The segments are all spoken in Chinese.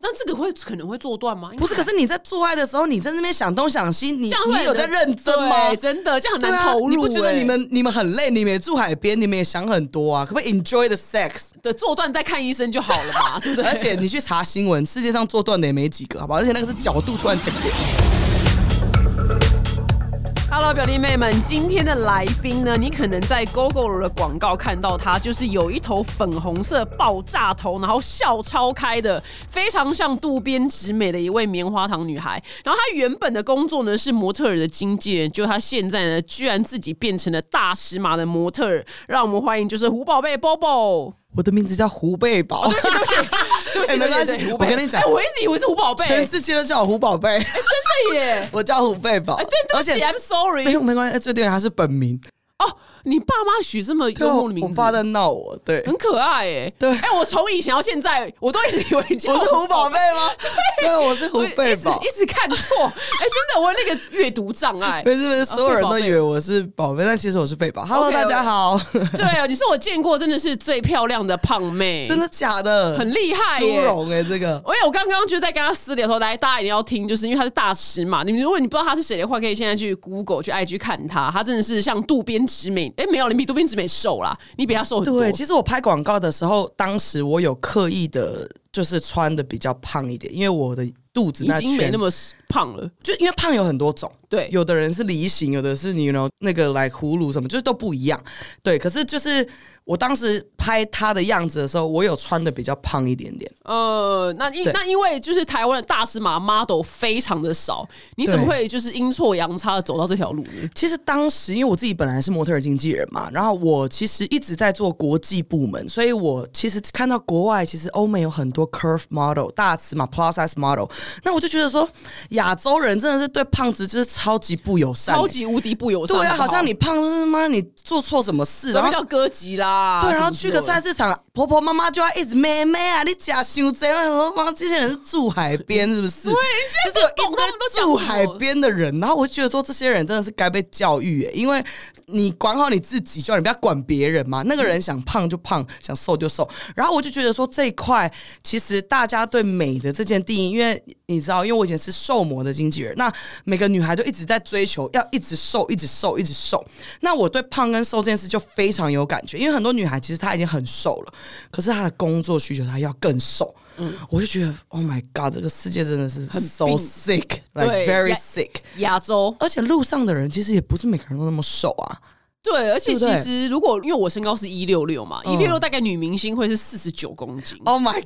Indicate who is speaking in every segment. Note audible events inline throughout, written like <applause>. Speaker 1: 那这个会可能会做断吗？
Speaker 2: 不是，可是你在做爱的时候，你在那边想东想西，你
Speaker 1: 这样会
Speaker 2: 你有在
Speaker 1: 很
Speaker 2: 认真吗
Speaker 1: 对？真的，这样很
Speaker 2: 对
Speaker 1: 难
Speaker 2: 啊
Speaker 1: 投入、欸
Speaker 2: 你不觉得你们你们很累？你们也住海边，你们也想很多啊，可不可以 enjoy the sex？
Speaker 1: 对做断再看医生就好了
Speaker 2: <laughs>
Speaker 1: 嘛？对不对？
Speaker 2: 而且你去查新闻，世界上做断的也没几个，好不好？而且那个是角度突然讲，欸
Speaker 1: Hello，表弟妹们，今天的来宾呢，你可能在 GoGo 的广告看到他，就是有一头粉红色爆炸头，然后笑超开的，非常像渡边直美的一位棉花糖女孩。然后她原本的工作呢是模特儿的经纪人，就她现在呢，居然自己变成了大尺码的模特儿。让我们欢迎就是胡宝贝 Bobo。
Speaker 2: 我的名字叫胡贝宝，
Speaker 1: 哦
Speaker 2: <laughs>
Speaker 1: 对不起，
Speaker 2: 哎
Speaker 1: 对
Speaker 2: 没
Speaker 1: 不
Speaker 2: 关
Speaker 1: 起
Speaker 2: 系
Speaker 1: 对不起胡宝贝
Speaker 2: 我跟你讲
Speaker 1: 哎我一直以为是胡宝贝，
Speaker 2: 全世界都叫我胡宝贝，
Speaker 1: 真的
Speaker 2: <laughs>
Speaker 1: 耶。
Speaker 2: 我叫胡贝宝。
Speaker 1: 哎，对，对
Speaker 2: 而
Speaker 1: 不起
Speaker 2: 且哎
Speaker 1: ，I'm sorry
Speaker 2: 没。有没关系，最对他是本名，
Speaker 1: 哦，你爸妈取这么
Speaker 2: 对
Speaker 1: 幽
Speaker 2: 啊，
Speaker 1: 默
Speaker 2: 我
Speaker 1: 的名字，
Speaker 2: 我爸在闹我，对，
Speaker 1: 很可爱哎、欸。
Speaker 2: 对
Speaker 1: 哎、我从以前到现在，我都一直以为你叫
Speaker 2: 我是胡宝贝吗？对，我是胡
Speaker 1: 我
Speaker 2: 贝宝
Speaker 1: 一直，一直看错。哎、真的，我有那个阅读障
Speaker 2: <laughs>
Speaker 1: 碍。
Speaker 2: 没事没事，所有人
Speaker 1: 贝宝
Speaker 2: 都
Speaker 1: 贝
Speaker 2: 以为我是宝贝，但其实我是贝宝。Hello，
Speaker 1: OK，
Speaker 2: 大家好，
Speaker 1: 对啊，你是我见过真的是最漂亮的胖妹，
Speaker 2: 真的假的？
Speaker 1: 很厉害
Speaker 2: 殊
Speaker 1: 耶
Speaker 2: 荣哎，这个
Speaker 1: 因为我刚刚就在跟他私聊说，来，大家一定要听，就是因为他是大师嘛。你们如果你不知道他是谁的话，可以现在去 Google 去 IG 看他，他真的是像渡边直美，哎、没有，你比渡边直美瘦啦，你比他瘦很多。
Speaker 2: 对，其实我拍广告的时候，当时我有刻意的，就是穿的比较胖一点，因为我的肚子
Speaker 1: 已
Speaker 2: 那
Speaker 1: 经没
Speaker 2: 圈
Speaker 1: 那么胖了。
Speaker 2: 就因为胖有很多种，
Speaker 1: 对
Speaker 2: 有的人是梨形，有的是你 you know 那个来葫芦什么，就是都不一样。对，可是就是我当时拍他的样子的时候，我有穿的比较胖一点点。
Speaker 1: 呃，那因
Speaker 2: 对
Speaker 1: 那因为就是台湾的大尺码 model 非常的少，你怎么
Speaker 2: 对
Speaker 1: 会就是阴错阳差的走到这条路呢？
Speaker 2: 其实当时因为我自己本来是模特儿经纪人嘛，然后我其实一直在做国际部门，所以我其实看到国外其实欧美有很多 curve model 大尺码 plus size model，那我就觉得说亚洲人真的是对胖子就是超级不友善、欸
Speaker 1: 超级无敌不友善，
Speaker 2: 对啊，
Speaker 1: 不
Speaker 2: 好像你胖就是妈你做错什么事，
Speaker 1: 什
Speaker 2: 然
Speaker 1: 么
Speaker 2: 后
Speaker 1: 叫歌姬啦？
Speaker 2: 对，然后
Speaker 1: 什么
Speaker 2: 去
Speaker 1: 之
Speaker 2: 个
Speaker 1: 类的
Speaker 2: 菜市场，婆婆妈妈就要一直妹妹啊，你假修贼，我想说妈，这些人是住海边是不是？对，
Speaker 1: 现在
Speaker 2: 就是有
Speaker 1: 都懂
Speaker 2: 一
Speaker 1: 他们都
Speaker 2: 堆
Speaker 1: 讲
Speaker 2: 住
Speaker 1: 什么
Speaker 2: 海边的人，然后我就觉得说，这些人真的是该被教育、欸，因为你管好你自己就好，你不要管别人嘛。那个人想胖就胖，想瘦就瘦。然后我就觉得说，这一块其实大家对美的这件定义，因为你知道，因为我以前是瘦模的经纪人，那每个女孩都一直在追求要一直瘦，一直瘦，一直瘦。那我对胖跟瘦这件事就非常有感觉，因为很多女孩其实她已经很瘦了，可是她的工作需求她要更瘦。我就觉得，Oh my God，这个世界真的是
Speaker 1: 很
Speaker 2: so
Speaker 1: 病
Speaker 2: sick，like
Speaker 1: 对
Speaker 2: very
Speaker 1: 呀
Speaker 2: sick。
Speaker 1: 亚洲。
Speaker 2: 而且路上的人其实也不是每个人都那么瘦啊，
Speaker 1: 对，而且
Speaker 2: 对不
Speaker 1: 其
Speaker 2: 对
Speaker 1: 实如果因为我身高是一六六嘛，一
Speaker 2: 嗯
Speaker 1: 六六大概女明星会是四十九公斤。
Speaker 2: Oh my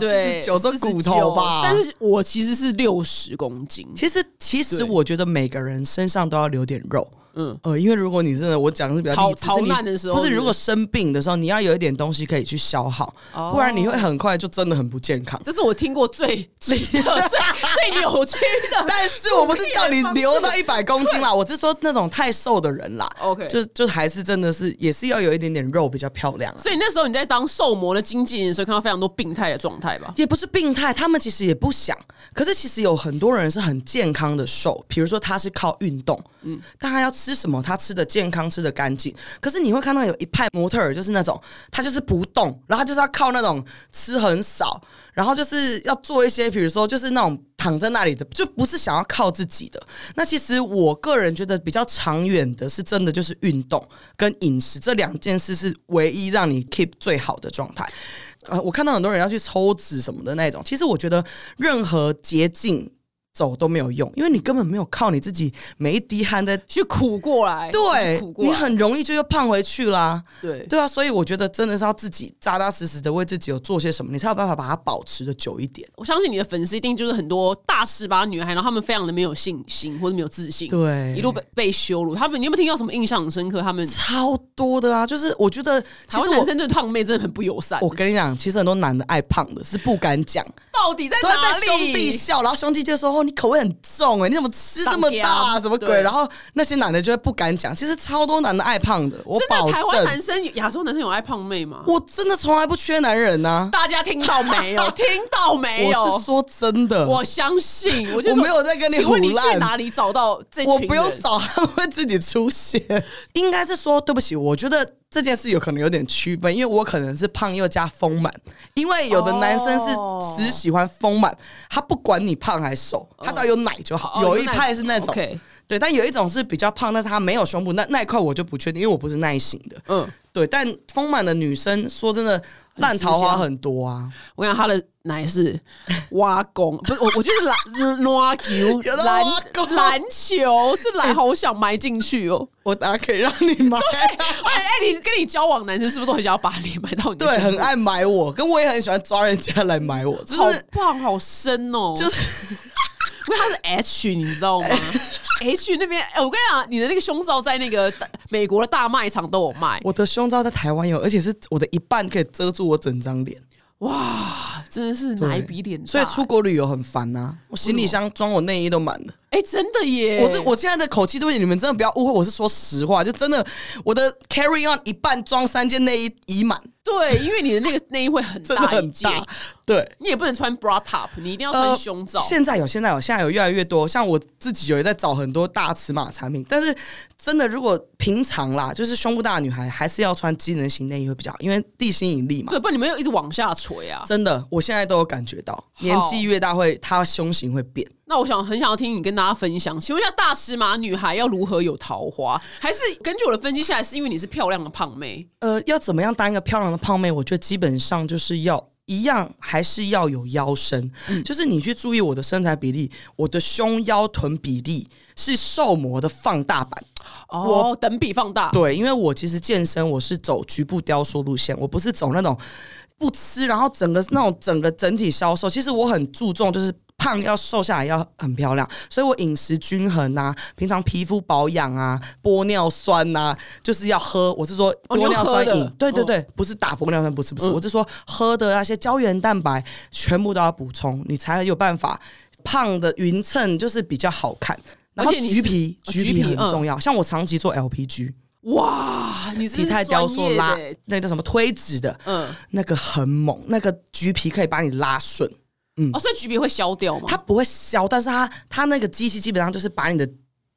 Speaker 1: 嗯 对，
Speaker 2: 九都骨头吧。
Speaker 1: 但是我其实是六十公斤，
Speaker 2: 其实，其实
Speaker 1: 对
Speaker 2: 我觉得每个人身上都要留点肉。
Speaker 1: 嗯，
Speaker 2: 呃，因为如果你真的，我讲的是比较
Speaker 1: 逃
Speaker 2: 例子
Speaker 1: 逃
Speaker 2: 是你
Speaker 1: 难的时候
Speaker 2: 不是
Speaker 1: 是
Speaker 2: 如果生病的时候，你要有一点东西可以去消耗，
Speaker 1: 哦
Speaker 2: 不然你会很快就真的很不健康。 <laughs>
Speaker 1: 这是我听过最奇特、最最扭曲的。
Speaker 2: 但是我不是叫你留到一百公
Speaker 1: <laughs>
Speaker 2: 斤啦，我是说那种太瘦的人啦
Speaker 1: OK
Speaker 2: 就就还是真的是也是要有一点点肉比较漂亮啊。
Speaker 1: 所以那时候你在当瘦模的经纪人的时候，看到非常多病态的状态吧？
Speaker 2: 也不是病态，他们其实也不想。可是其实有很多人是很健康的瘦，比如说他是靠运动，嗯，但他要吃什么，他吃的健康，吃的干净。可是你会看到有一派模特儿，就是那种他就是不动，然后他就是要靠那种吃很少，然后就是要做一些，比如说就是那种躺在那里的，就不是想要靠自己的。那其实我个人觉得比较长远的是真的就是运动跟饮食这两件事是唯一让你 keep 最好的状态。呃，我看到很多人要去抽脂什么的那种，其实我觉得任何捷径走都没有用，因为你根本没有靠你自己每一滴汗在。
Speaker 1: 去苦过来，
Speaker 2: 对
Speaker 1: 去苦，过
Speaker 2: 你
Speaker 1: 来，
Speaker 2: 很容易就又胖回去啦。
Speaker 1: 对。
Speaker 2: 对啊，所以我觉得真的是要自己扎扎实实的为自己有做些什么，你才有办法把它保持的久一点。
Speaker 1: 我相信你的粉丝一定就是很多大十八女孩，然后她们非常的没有信心或者没有自信，
Speaker 2: 对
Speaker 1: 一路被被羞辱。她们你有没有听到什么印象很深刻？她们
Speaker 2: 超多的啊，就是我觉得其
Speaker 1: 台
Speaker 2: 实
Speaker 1: 湾男
Speaker 2: 我
Speaker 1: 生对胖妹真的很不友善，
Speaker 2: 我跟你讲，其实很多男的爱胖的是不敢讲，
Speaker 1: 到底在
Speaker 2: 都会
Speaker 1: 哪
Speaker 2: 被
Speaker 1: 里？
Speaker 2: 啊兄弟笑，然后兄弟就说：“哦，你口味很重哎、你怎么吃这么
Speaker 1: 当
Speaker 2: 大？
Speaker 1: 家
Speaker 2: 什么
Speaker 1: 啊
Speaker 2: 鬼
Speaker 1: 对？”
Speaker 2: 然后那些男的就会不敢讲。其实超多男的爱胖的，我
Speaker 1: 真
Speaker 2: 保
Speaker 1: 的台湾
Speaker 2: 证，
Speaker 1: 男生、亚洲男生有爱胖妹吗？
Speaker 2: 我真的从来不缺男人呐、
Speaker 1: 大家听到没
Speaker 2: <laughs>
Speaker 1: 有？听到没有？
Speaker 2: 我是说真的，
Speaker 1: 我相信，我就
Speaker 2: 我
Speaker 1: 说
Speaker 2: 没有在跟你
Speaker 1: 请问你
Speaker 2: 胡乱
Speaker 1: 去哪里找到这群
Speaker 2: 我不用
Speaker 1: 人
Speaker 2: <laughs> 找，他们会自己出现。应该是说，对不起，我觉得这件事有可能有点区分，因为我可能是胖又加丰满，因为有的男生
Speaker 1: 哦
Speaker 2: 是只喜欢丰满，他不管你胖还瘦，他只要有奶就好。
Speaker 1: 哦
Speaker 2: 有一
Speaker 1: 有奶
Speaker 2: 派是那种
Speaker 1: OK
Speaker 2: 对，但有一种是比较胖，但是他没有胸部，那那一块我就不确定，因为我不是那一型的。
Speaker 1: 嗯，
Speaker 2: 对，但丰满的女生说真的，烂桃花很多啊，
Speaker 1: 我想他的奶是挖工， <laughs> 不是我，我就是篮拉球，
Speaker 2: 有的
Speaker 1: 篮
Speaker 2: 挖工
Speaker 1: 篮球是篮，好想埋进去
Speaker 2: <laughs>
Speaker 1: 哦。
Speaker 2: 我大家可以让你买。
Speaker 1: 哎哎，你跟你交往男生是不是都很想要把你埋到你的
Speaker 2: 对，
Speaker 1: 胸部
Speaker 2: 很爱买我，跟我也很喜欢抓人家来买我，就
Speaker 1: 好
Speaker 2: 是
Speaker 1: 棒，好深哦！
Speaker 2: 就是
Speaker 1: 因为他是 H，你知道
Speaker 2: <laughs>
Speaker 1: 吗？H 那边，哎、我跟你讲，你的那个胸罩在那个大美国的大卖场都有卖，
Speaker 2: 我的胸罩在台湾有，而且是我的一半可以遮住我整张脸，
Speaker 1: 哇，真的是
Speaker 2: 对
Speaker 1: 哪一笔脸大、
Speaker 2: 所以出国旅游很烦呐、我行李箱装我内衣都满了。
Speaker 1: 哎、真的耶！
Speaker 2: 我是我现在的口气，对不起，你们真的不要误会，我是说实话，就真的我的 carry on 一半装三件内衣已满，
Speaker 1: 对，因为你的那个内衣会很
Speaker 2: 真的
Speaker 1: 大一
Speaker 2: 很
Speaker 1: 件，
Speaker 2: 大。呃对，
Speaker 1: 你也不能穿 bra top，你 <laughs> 一定要穿胸罩。
Speaker 2: 现在有，现在有，现在有越来越多。像我自己有在找很多大尺码产品，但是真的如果平常啦，就是胸部大的女孩还是要穿机能型内衣会比较好，因为地心引力嘛。
Speaker 1: 对，不然你们又一直往下垂啊！
Speaker 2: 真的，我现在都有感觉到，年纪越大会，她胸型会变。
Speaker 1: 那我想很想要听你跟大家分享，请问一下，大尺码女孩要如何有桃花？还是根据我的分析下来，是因为你是漂亮的胖妹？
Speaker 2: 呃，要怎么样当一个漂亮的胖妹？我觉得基本上就是要一样，还是要有腰身，
Speaker 1: 嗯
Speaker 2: 就是你去注意我的身材比例，我的胸腰臀比例是瘦模的放大版。
Speaker 1: 哦，等比放大，
Speaker 2: 对，因为我其实健身我是走局部雕塑路线，我不是走那种不吃，然后整个那种整个整体消瘦。其实我很注重就是。胖要瘦下来要很漂亮，所以我饮食均衡啊，平常皮肤保养啊，玻尿酸呐、就是要喝。我是说
Speaker 1: 哦你
Speaker 2: 玻
Speaker 1: 有
Speaker 2: 尿
Speaker 1: 喝
Speaker 2: 酸
Speaker 1: 的
Speaker 2: 饮，对对
Speaker 1: 哦
Speaker 2: 对，不是打玻尿酸，不是不是，
Speaker 1: 嗯
Speaker 2: 我是说喝的那些胶原蛋白全部都要补充，你才有办法胖的匀称，就是比较好看。然后
Speaker 1: 而且你是
Speaker 2: 橘皮，
Speaker 1: 哦
Speaker 2: 橘
Speaker 1: 橘皮
Speaker 2: 皮很
Speaker 1: 嗯
Speaker 2: 重要，像我长期做 LPG，
Speaker 1: 哇，你是
Speaker 2: 体态雕塑拉
Speaker 1: 专业的欸，
Speaker 2: 那个叫什么推脂的，
Speaker 1: 嗯，
Speaker 2: 那个很猛，那个橘皮可以把你拉顺，
Speaker 1: 哦，所以橘皮会消掉吗？
Speaker 2: 它不会消，但是它它那个机器基本上就是把你的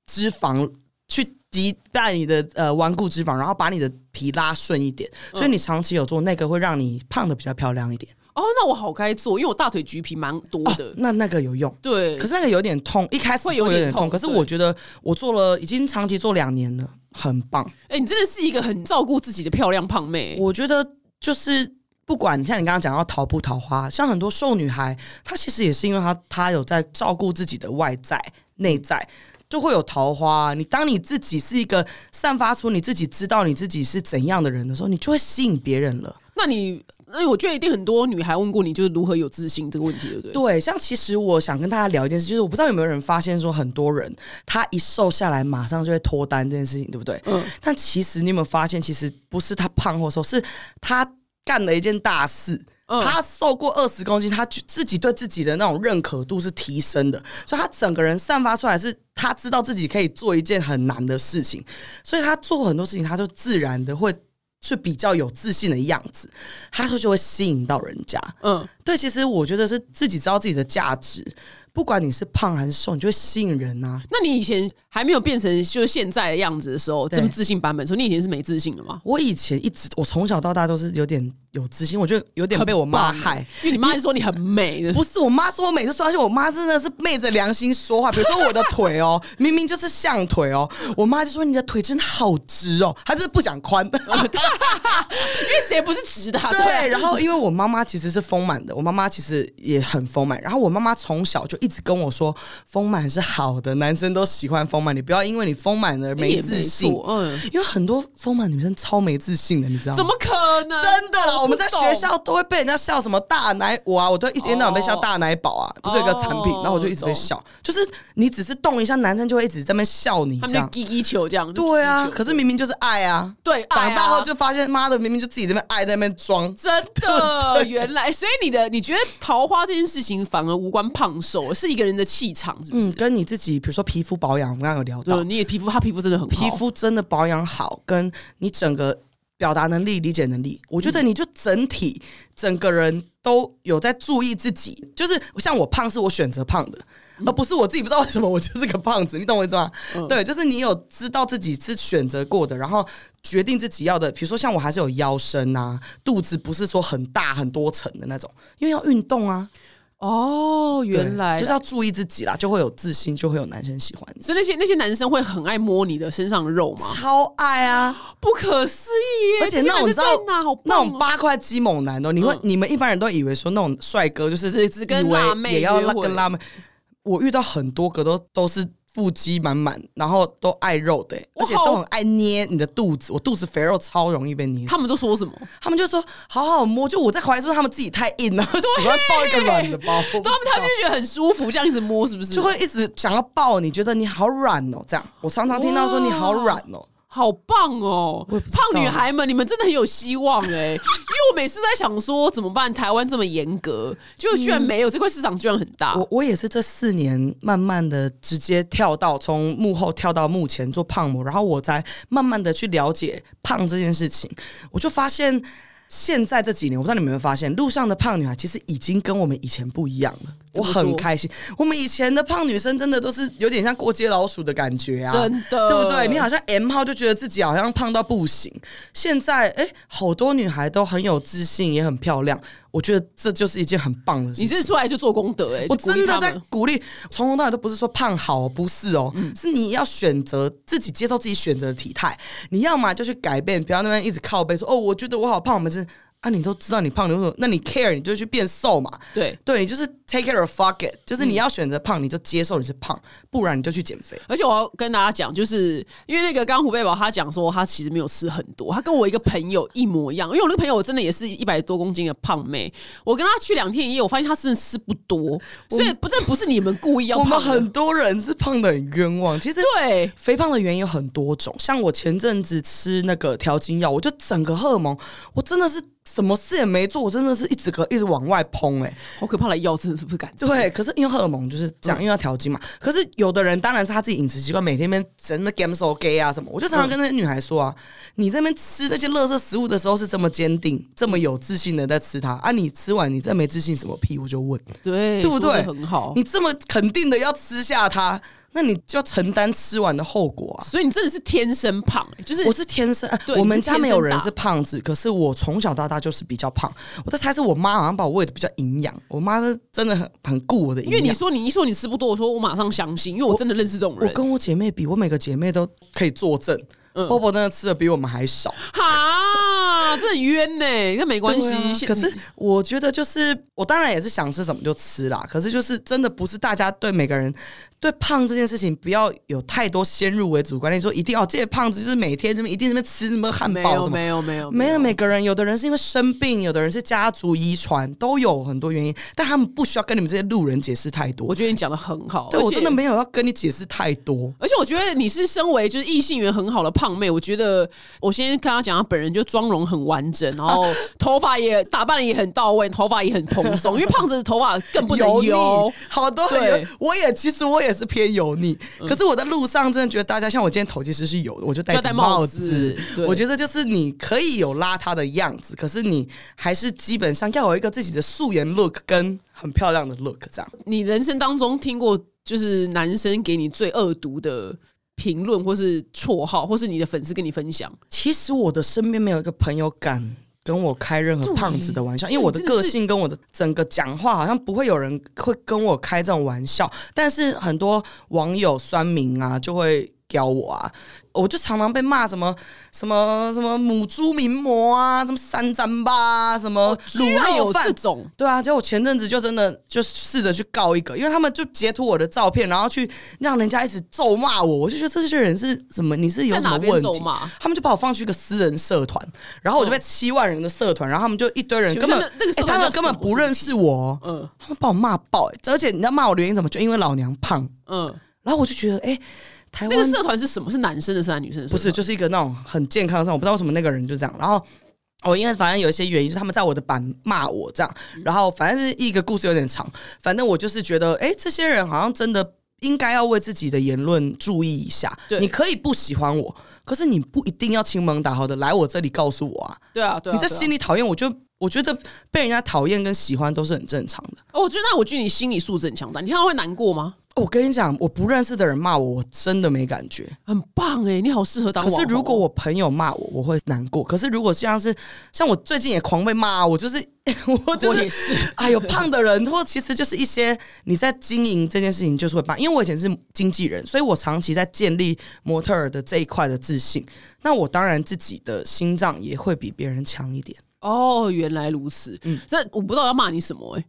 Speaker 2: 脂肪去击败你的呃顽固脂肪，然后把你的皮拉顺一点，
Speaker 1: 嗯
Speaker 2: 所以你长期有做那个会让你胖的比较漂亮一点，哦
Speaker 1: 哦，那我好该做，因为我大腿橘皮蛮多的，
Speaker 2: 那那个有用。
Speaker 1: 对，
Speaker 2: 嗯可是那个有点痛，一开始
Speaker 1: 会有
Speaker 2: 做有
Speaker 1: 点
Speaker 2: 点
Speaker 1: 痛
Speaker 2: 痛，可是
Speaker 1: 对
Speaker 2: 我觉得我做了已经长期做两年了，很棒。
Speaker 1: 哎、你真的是一个很照顾自己的漂亮胖妹，
Speaker 2: 我觉得就是不管像你刚刚讲到桃不桃花，像很多瘦女孩，她其实也是因为她她有在照顾自己的外在、内在。就会有桃花。啊你当你自己是一个散发出你自己知道你自己是怎样的人的时候，你就会吸引别人了。
Speaker 1: 那你，那我觉得一定很多女孩问过你，就是如何有自信这个问题，对不对？
Speaker 2: 对，像其实我想跟大家聊一件事，就是我不知道有没有人发现说，很多人他一瘦下来马上就会脱单这件事情，对不对？
Speaker 1: 嗯
Speaker 2: 但其实你有没有发现，其实不是他胖或瘦，是他干了一件大事。
Speaker 1: 嗯
Speaker 2: 他瘦过二十公斤，他就自己对自己的那种认可度是提升的，所以他整个人散发出来是他知道自己可以做一件很难的事情，所以他做很多事情，他就自然的会是比较有自信的样子，他就就会吸引到人家。
Speaker 1: 嗯，
Speaker 2: 对，其实我觉得是自己知道自己的价值，不管你是胖还是瘦，你就会吸引人啊。
Speaker 1: 那你以前还没有变成就是现在的样子的时候，
Speaker 2: 对
Speaker 1: 这么自信版本的时候，你以前是没自信的吗？
Speaker 2: 我以前一直，我从小到大都是有点有自信，我觉得啊有点被我妈 <laughs>
Speaker 1: 很棒欸
Speaker 2: 害。
Speaker 1: 因为你妈就说你很美的，
Speaker 2: 不是我妈说我每次说下去，我妈真的是昧着良心说话。比如说我的腿哦， <laughs> 明明就是象腿哦，我妈就说你的腿真的好直哦，她就是不想
Speaker 1: <laughs>
Speaker 2: 宽。啊
Speaker 1: 因为谁不是直的、啊？
Speaker 2: 对，然后因为我妈妈其实是丰满的，我妈妈其实也很丰满。然后我妈妈从小就一直跟我说，丰满是好的，男生都喜欢丰满，你不要因为你丰满而
Speaker 1: 也
Speaker 2: 没自信。
Speaker 1: 错嗯，
Speaker 2: 因为很多丰满女生超没自信的，你知道吗？
Speaker 1: 怎么可能？
Speaker 2: <laughs> 真的啦，我
Speaker 1: 不
Speaker 2: 们在
Speaker 1: 懂
Speaker 2: 学校都会被人家笑什么大奶，我啊，我都一天到晚被笑大奶宝啊，不是有一个产品，
Speaker 1: 哦
Speaker 2: 然后我就一直被笑，就是你只是动一下，男生就会一直在那边笑你
Speaker 1: 他们
Speaker 2: 这
Speaker 1: 就
Speaker 2: 样。
Speaker 1: 踢踢球这样。
Speaker 2: 对啊
Speaker 1: 踢，踢球
Speaker 2: 可是明明就是爱啊，
Speaker 1: 对爱
Speaker 2: 长
Speaker 1: 啊
Speaker 2: 大后就发现妈的，明明就自己在那边爱，在那边装，
Speaker 1: 真的，原来所以你的你觉得桃花这件事情反而无关胖瘦，是一个人的气场，是不是？
Speaker 2: 嗯，跟你自己，比如说皮肤保养，我们刚刚有聊
Speaker 1: 对、
Speaker 2: 到，
Speaker 1: 你也皮肤，他皮肤真的很好
Speaker 2: 皮肤真的保养好，跟你整个表达能力、理解能力，我觉得你就整体、整个人都有在注意自己。就是像我胖是我选择胖的，
Speaker 1: 嗯
Speaker 2: 而不是我自己不知道为什么我就是个胖子，你懂我意思吗？对，就是你有知道自己是选择过的，然后决定自己要的，比如说像我还是有腰身啊，肚子不是说很大很多层的那种，因为要运动啊，
Speaker 1: 哦，
Speaker 2: 对
Speaker 1: 原来
Speaker 2: 就是要注意自己啦，就会有自信，就会有男生喜欢你。
Speaker 1: 所以那些那些男生会很爱摸你的身上的肉吗？
Speaker 2: 超爱啊！
Speaker 1: 不可思议耶！
Speaker 2: 而且那种你知道
Speaker 1: 天哪好棒哦
Speaker 2: 那种八块肌猛男哦，你会、你们一般人都以为说那种帅哥就是
Speaker 1: 嗯只只跟
Speaker 2: 以为
Speaker 1: 辣妹
Speaker 2: 也要
Speaker 1: 约
Speaker 2: 拉
Speaker 1: 会
Speaker 2: 跟辣妹。我遇到很多个都都是腹肌满满，然后都爱肉的、欸
Speaker 1: 我
Speaker 2: 而
Speaker 1: 好
Speaker 2: 且都很爱捏你的肚子。我肚子肥肉超容易被捏，
Speaker 1: 他们都说什么？
Speaker 2: 他们就说好好摸。就我在怀疑是不是他们自己太
Speaker 1: <laughs>
Speaker 2: 硬了，喜欢抱一个软的包，
Speaker 1: 然啊后他们他们
Speaker 2: 就
Speaker 1: 就觉得很舒服，这样一直摸，是不是？
Speaker 2: 就会一直想要抱你，觉得你好软哦，这样。我常常听到说你好软哦，
Speaker 1: 好棒哦！
Speaker 2: 我也不知道
Speaker 1: 胖女孩们，你们真的很有希望哎、因为我每次都在想说怎么办，台湾这么严格，结果居
Speaker 2: 嗯
Speaker 1: 然没有、这块市场居然很大。
Speaker 2: 我我也是这四年慢慢的直接跳到从幕后跳到幕前做胖模，然后我才慢慢的去了解胖这件事情，我就发现。现在这几年，我不知道你们有没有发现，路上的胖女孩其实已经跟我们以前不一样了。
Speaker 1: 怎
Speaker 2: 我
Speaker 1: 么说
Speaker 2: 很开心，我们以前的胖女生真的都是有点像过街老鼠的感觉啊，
Speaker 1: 真的
Speaker 2: 对不对？你好像 M 号就觉得自己好像胖到不行，现在哎，好多女孩都很有自信，也很漂亮。我觉得这就是一件很棒的事情。
Speaker 1: 你这出来就做功德哎、
Speaker 2: 我
Speaker 1: 就鼓励
Speaker 2: 真
Speaker 1: 他
Speaker 2: 的在
Speaker 1: 们
Speaker 2: 鼓励，从头到尾都不是说胖好哦，不是哦，
Speaker 1: 嗯
Speaker 2: 是你要选择自己接受自己选择的体态，你要么就去改变，不要那边一直靠背说哦，我觉得我好胖，我们是啊，你都知道你胖，你为什么？那你 care 你就去变瘦嘛，
Speaker 1: 对。
Speaker 2: 对你就是 take it or fuck it，就是
Speaker 1: 嗯
Speaker 2: 你要选择胖，你就接受你是胖，不然你就去减肥。
Speaker 1: 而且我要跟大家讲，就是因为那个刚胡贝宝他讲说他其实没有吃很多，他跟我一个朋友一模一样，因为我那个朋友真的也是一百多公斤的胖妹，我跟她去两天一夜，我发现她真的吃不多，所以不这不是你们故意要
Speaker 2: 我
Speaker 1: 胖的，
Speaker 2: 们很多人是胖的很冤枉，其实
Speaker 1: 对，
Speaker 2: 肥胖的原因有很多种，像我前阵子吃那个调经药，我就整个荷尔蒙，我真的是什么事也没做，我真的是一整个一直往外砰哎、欸
Speaker 1: 好可怕的药真的是不敢吃，
Speaker 2: 对，可是因为荷尔蒙就是这样，因为要调经嘛。可是有的人当然是他自己饮食习惯，每天边真的 game so gay 啊什么，我就常常跟那些女孩说啊，你在那边吃这些垃圾食物的时候是这么坚定、这么有自信的在吃它啊，你吃完你再没自信什么屁？我就问，
Speaker 1: 对，
Speaker 2: 对不
Speaker 1: 说得
Speaker 2: 对？
Speaker 1: 很好，
Speaker 2: 你这么肯定的要吃下它，那你就要承担吃完的后果啊。
Speaker 1: 所以你真的是天生胖、欸就是
Speaker 2: 我是天生，呃
Speaker 1: 对
Speaker 2: 我们
Speaker 1: 你是天
Speaker 2: 家没有
Speaker 1: 生
Speaker 2: 人
Speaker 1: 大
Speaker 2: 是胖子，可是我从小到大就是比较胖。我在猜是我妈好像把我喂的比较营养，我妈是真的很很顾我的营
Speaker 1: 因
Speaker 2: 养。
Speaker 1: 为你说你一说你吃不多，我说我马上相信，因为我真的认识这种
Speaker 2: 我
Speaker 1: 人。嗯
Speaker 2: 跟我姐妹比，我每个姐妹都可以作证。波波真的吃的比我们还少，
Speaker 1: 哈，这很冤呢、那没关系、
Speaker 2: 对啊
Speaker 1: 现
Speaker 2: 可是我觉得，就是我当然也是想吃什么就吃啦。可是就是真的不是大家对每个人对胖这件事情不要有太多先入为主观念，说一定要这些胖子就是每天这么一定这么吃什么汉
Speaker 1: 没
Speaker 2: 堡
Speaker 1: 有
Speaker 2: 什么。
Speaker 1: 没哦有没有
Speaker 2: 没有每个人，有的人是因为生病，有的人是家族遗传，都有很多原因，但他们不需要跟你们这些路人解释太
Speaker 1: 我
Speaker 2: 多。
Speaker 1: 觉得你讲的很好，
Speaker 2: 对
Speaker 1: 而且
Speaker 2: 我真的没有要跟你解释太多。
Speaker 1: 而且我觉得你是身为就是异性缘很好的胖妹，我觉得我先跟她讲，她本人就妆容很完整，然
Speaker 2: 啊
Speaker 1: 后头发也打扮得也很到位，头发也很蓬松，
Speaker 2: <laughs>
Speaker 1: 因为胖子的头发更不能
Speaker 2: 油
Speaker 1: 油
Speaker 2: 腻，好多很
Speaker 1: 对嗯
Speaker 2: 油。我也其实我也是偏油腻，可是我在路上真的觉得大家像我今天头其实是油的，我就戴
Speaker 1: 就
Speaker 2: 个
Speaker 1: 戴帽
Speaker 2: 帽
Speaker 1: 子对
Speaker 2: 我觉得就是你可以有邋遢的样子，可是你还是基本上要有一个自己的素颜 look 跟很漂亮的 look 这样。
Speaker 1: 你人生当中听过就是男生给你最恶毒的评论，或是绰号，或是你的粉丝跟你分享？
Speaker 2: 其实我的身边没有一个朋友敢。跟我开任何胖子的玩笑，因为我的
Speaker 1: 你真的
Speaker 2: 个
Speaker 1: 是
Speaker 2: 性跟我的整个讲话，好像不会有人会跟我开这种玩笑。但是很多网友酸民啊，就会屌我啊，我就常常被骂什么什么什么母猪名模啊，什么三zanba 啊，什么
Speaker 1: 居然
Speaker 2: 卤肉
Speaker 1: 有
Speaker 2: 饭
Speaker 1: 哦这种，
Speaker 2: 对啊，结果前阵子就真的就试着去告一个，因为他们就截图我的照片，然后去让人家一直咒骂我，我就觉得这些人是怎么你是有
Speaker 1: 在
Speaker 2: 什
Speaker 1: 哪
Speaker 2: 么
Speaker 1: 边
Speaker 2: 问
Speaker 1: 咒
Speaker 2: 题
Speaker 1: 骂？
Speaker 2: 他们就把我放去一个私人社团，然后我就被七万人的社团，然后他们就一堆人
Speaker 1: 请
Speaker 2: 根
Speaker 1: 问
Speaker 2: 本
Speaker 1: 嗯那那个社
Speaker 2: 哎
Speaker 1: 团
Speaker 2: 他
Speaker 1: 叫
Speaker 2: 们根本
Speaker 1: 什么
Speaker 2: 不认识我哦，
Speaker 1: 嗯
Speaker 2: 他们把我骂爆、哎而且你知道骂我的原因怎么？就因为老娘胖，
Speaker 1: 嗯，
Speaker 2: 然后我就觉得哎、台
Speaker 1: 那个
Speaker 2: 湾
Speaker 1: 社团是什么？是男生的社团，女生的社
Speaker 2: 不
Speaker 1: 团？
Speaker 2: 是，就是一个那种很健康的上，我不知道为什么那个人就这样。然后哦，因为反正有一些原因，就是他们在我的版骂我这样。
Speaker 1: 嗯
Speaker 2: 然后反正是一个故事有点长，反正我就是觉得，哎，这些人好像真的应该要为自己的言论注意一下
Speaker 1: 对。
Speaker 2: 你可以不喜欢我，可是你不一定要亲朋打好的来我这里告诉我啊。
Speaker 1: 对啊，对啊，
Speaker 2: 你在
Speaker 1: 对啊
Speaker 2: 心里讨厌，我就我觉得被人家讨厌跟喜欢都是很正常的。
Speaker 1: 哦，我觉得那我觉得你心理素质很强大，你看到会难过吗？
Speaker 2: 我跟你讲，我不认识的人骂我，我真的没感觉。
Speaker 1: 很棒哎、你好适合当
Speaker 2: 可
Speaker 1: 网红
Speaker 2: 是
Speaker 1: 哦。
Speaker 2: 如果我朋友骂我，我会难过。可是如果像是像我最近也狂被骂，我就是 <laughs> 我就
Speaker 1: 我
Speaker 2: 是
Speaker 1: 也是，
Speaker 2: 哎呦，胖的人，或其实就是一些你在经营这件事情就是会办，因为我以前是经纪人，所以我长期在建立模特儿的这一块的自信。那我当然自己的心脏也会比别人强一点。
Speaker 1: 哦，原来如此。嗯，这我不知道要骂你什
Speaker 2: <laughs>
Speaker 1: 么哎、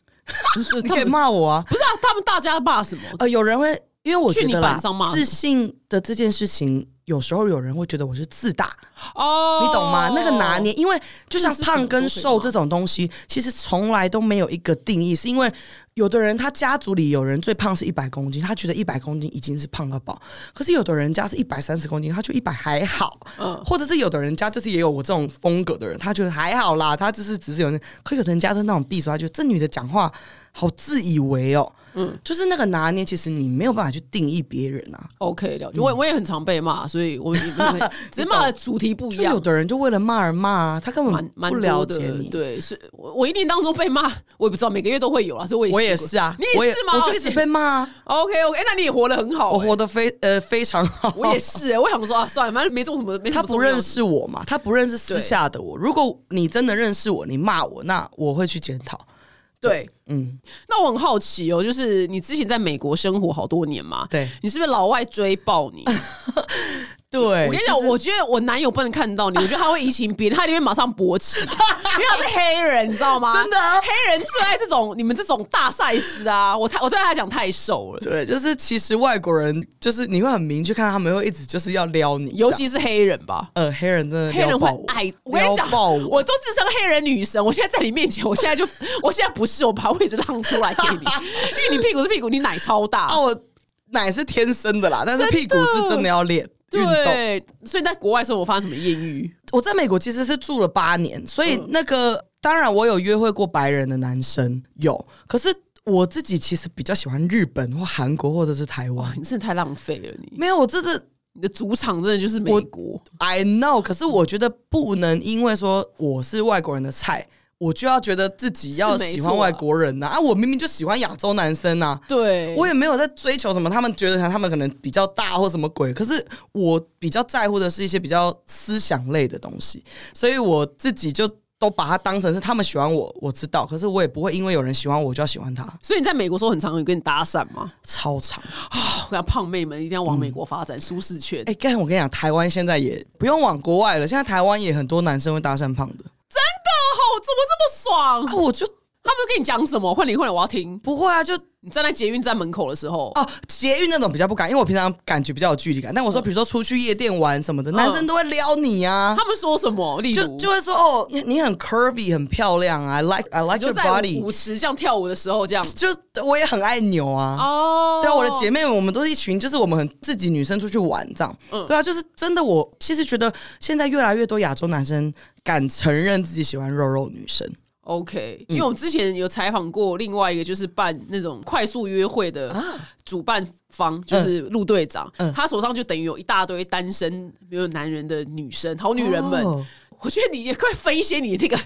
Speaker 1: 就是
Speaker 2: 你
Speaker 1: 他
Speaker 2: 可以
Speaker 1: 们
Speaker 2: 骂我啊，
Speaker 1: 不是啊？他们大家骂什么？
Speaker 2: 呃，有人会因为我觉
Speaker 1: 去
Speaker 2: 得
Speaker 1: 你
Speaker 2: 啦
Speaker 1: 板上骂，
Speaker 2: 自信的这件事情，有时候有人会觉得我是自大，
Speaker 1: 哦，
Speaker 2: 你懂吗？那个拿捏，因为就像
Speaker 1: 是什么
Speaker 2: 胖跟瘦
Speaker 1: 都可以吗
Speaker 2: 这种东西，其实从来都没有一个定义，是因为有的人他家族里有人最胖是一百公斤，他觉得一百公斤已经是胖到爆，可是有的人家是一百三十公斤，他就一百还好，
Speaker 1: 嗯
Speaker 2: 或者是有的人家就是也有我这种风格的人，他觉得还好啦，他就是只是有人，可有的人家就是那种避暑，他觉得这女的讲话好自以为哦，嗯，就是那个拿捏，其实你没有办法去定义别人啊。
Speaker 1: OK 了解。我我也很常被骂，所以我
Speaker 2: <laughs>
Speaker 1: 只是骂的主题不一
Speaker 2: 就
Speaker 1: 样
Speaker 2: 有。的人就为了骂而骂啊，他根
Speaker 1: 蛮
Speaker 2: 本
Speaker 1: 蛮
Speaker 2: 不了
Speaker 1: 多
Speaker 2: 解
Speaker 1: 的
Speaker 2: 你，，
Speaker 1: 对，是我我一年当中被骂，我也不知道，每个月都会有啊，所以我也
Speaker 2: 我也
Speaker 1: 习惯
Speaker 2: 是啊，
Speaker 1: 你也是吗？
Speaker 2: 我就一直被骂啊，
Speaker 1: OK OK，那你也活得很好、
Speaker 2: 我
Speaker 1: 欸
Speaker 2: 活得非呃非常好。
Speaker 1: 我也是、欸，我想说啊，算了，反正没做什么，没什
Speaker 2: <laughs> 他
Speaker 1: 么
Speaker 2: 不
Speaker 1: 重要
Speaker 2: 认识我嘛，他不认识私下的我。如果你真的认识我，你骂我，那我会去检讨。
Speaker 1: 对。
Speaker 2: 嗯，
Speaker 1: 那我很好奇哦，就是你之前在美国生活好多年嘛，
Speaker 2: 对
Speaker 1: 你是不是老外追爆你？
Speaker 2: 对，
Speaker 1: 我跟你讲，我觉得我男友不能看到你，我觉得他会移情别恋，他一定会马上勃起，因为他是黑人，你知道吗？
Speaker 2: <laughs> 真的啊
Speaker 1: 黑人最爱这种你们这种大 size 啊！我太我对他来讲太瘦了，
Speaker 2: 对，就是其实外国人就是你会很明确看到他们会一直就是要撩你，
Speaker 1: 尤
Speaker 2: 这样
Speaker 1: 其是黑人吧。
Speaker 2: 呃黑人真的
Speaker 1: 黑人
Speaker 2: 撩
Speaker 1: 会
Speaker 2: 爆我
Speaker 1: 爱，我跟你讲
Speaker 2: 撩爆，
Speaker 1: 我
Speaker 2: 我，
Speaker 1: 都自称黑人女神。我现在在你面前，我现在就， <laughs> 我现在不是，我把位置让出来给
Speaker 2: <laughs>
Speaker 1: 你，因为你屁股是屁股，你奶超大
Speaker 2: 啊，。我奶是天生的啦，但是
Speaker 1: 真的
Speaker 2: 屁股是真的要练运动。
Speaker 1: 对，所以在国外生活发生什么艳遇？
Speaker 2: 我在美国其实是住了八年，所以
Speaker 1: 嗯
Speaker 2: 那个、当然我有约会过白人的男生有，可是我自己其实比较喜欢日本或韩国或者是台湾。
Speaker 1: 你真的太浪费了你，
Speaker 2: 没有，我真的
Speaker 1: 你的主场真的就是美
Speaker 2: 我
Speaker 1: 国。
Speaker 2: I know，可是我觉得不能因为说我是外国人的菜，我就要觉得自己要
Speaker 1: 是没错啊
Speaker 2: 喜欢外国人呐、啊。我明明就喜欢亚洲男生啊呐、
Speaker 1: 对，
Speaker 2: 我也没有在追求什么，他们觉得他们可能比较大或什么鬼，可是我比较在乎的是一些比较思想类的东西，所以我自己就都把它当成是他们喜欢我，我知道，可是我也不会因为有人喜欢我就要喜欢他，
Speaker 1: 所以你在美国时候很常有跟你搭讪吗？
Speaker 2: 超长。哦
Speaker 1: 我想胖妹们一定要往美国发展舒适圈。
Speaker 2: 哎、刚才我跟你讲，台湾现在也不用往国外了，现在台湾也很多男生会搭讪胖的
Speaker 1: 好，哦怎么这么爽？
Speaker 2: 啊，我就
Speaker 1: 他们跟你讲什么？换你换你，我要听。
Speaker 2: 不会啊，就
Speaker 1: 你站在捷运站门口的时候，
Speaker 2: 哦，捷运那种比较不敢，因为我平常感觉比较有距离感。但我说，比如说出去夜店玩什么的，男生都会撩你啊，
Speaker 1: 他们说什么？例
Speaker 2: 就
Speaker 1: 如，
Speaker 2: 就会说哦，你你很 curvy，很漂亮啊，I like I
Speaker 1: 你
Speaker 2: like
Speaker 1: 就
Speaker 2: your
Speaker 1: 在
Speaker 2: body，
Speaker 1: 舞池这样跳舞的时候，这样
Speaker 2: 就我也很爱扭啊。
Speaker 1: 哦。
Speaker 2: 对啊，我的姐妹们，我们都是一群，就是我们很自己女生出去玩这样。
Speaker 1: 嗯
Speaker 2: 对啊，就是真的我，其实觉得现在越来越多亚洲男生敢承认自己喜欢肉肉女生。
Speaker 1: 哦 OK，因为
Speaker 2: 嗯
Speaker 1: 我之前有采访过另外一个，就是办那种快速约会的主办方，就是陆队长，
Speaker 2: 啊嗯
Speaker 1: 他手上就等于有一大堆单身没有男人的女生，好女人们。
Speaker 2: 哦
Speaker 1: 我觉得你也快分一些你
Speaker 2: <laughs>
Speaker 1: 那个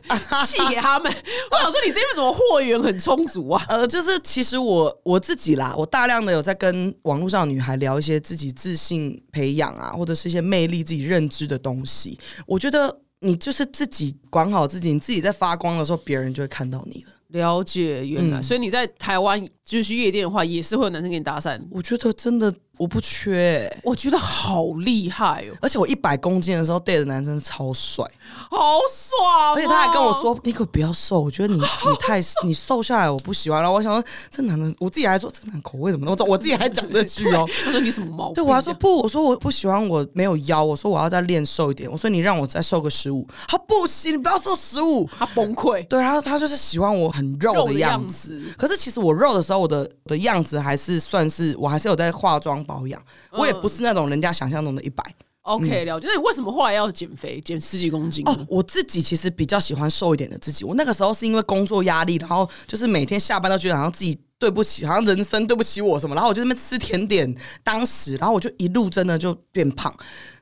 Speaker 1: 气给他们。我想说，你这边怎么货源很充足啊？
Speaker 2: 呃，就是其实我我自己啦，我大量的有在跟网络上的女孩聊一些自己自信培养啊，或者是一些魅力、自己认知的东西。我觉得你就是自己管好自己，你自己在发光的时候，别人就会看到你了。
Speaker 1: 了解，原来，
Speaker 2: 嗯
Speaker 1: 所以你在台湾就是去夜店的话，也是会有男生给你搭讪。
Speaker 2: 我觉得真的我不缺欸、
Speaker 1: 我觉得好厉害哦，
Speaker 2: 而且我一百公斤的时候对的男生超帅，
Speaker 1: 好爽、哦
Speaker 2: 而且他还跟我，说：“你可不要瘦，我觉得你你太你瘦下来我不喜欢。”然后我想说，这男的我自己还说这男口味怎么那么重，我自己还讲这句哦、
Speaker 1: 他说你什么毛病？
Speaker 2: 对，我还说不，我说我不喜欢我没有腰，我说我要再练瘦一点，我说你让我再瘦个十五，他不行，你不要瘦十五。
Speaker 1: 他崩溃，
Speaker 2: 对，他他就是喜欢我很
Speaker 1: 肉
Speaker 2: 肉
Speaker 1: 的
Speaker 2: 的
Speaker 1: 样
Speaker 2: 样子。
Speaker 1: 子。
Speaker 2: 可是其实我肉的时候，我的我的样子还是算是我还是有在化妆保养，我也不是那种人家想象中的一百。
Speaker 1: OK，了解。那你为什么后来要减肥，减十几公斤呢？
Speaker 2: 嗯哦，我自己其实比较喜欢瘦一点的自己。我那个时候是因为工作压力，然后就是每天下班都觉得好像自己对不起，好像人生对不起我什么。然后我就在那边吃甜点，当时，然后我就一路真的就变胖。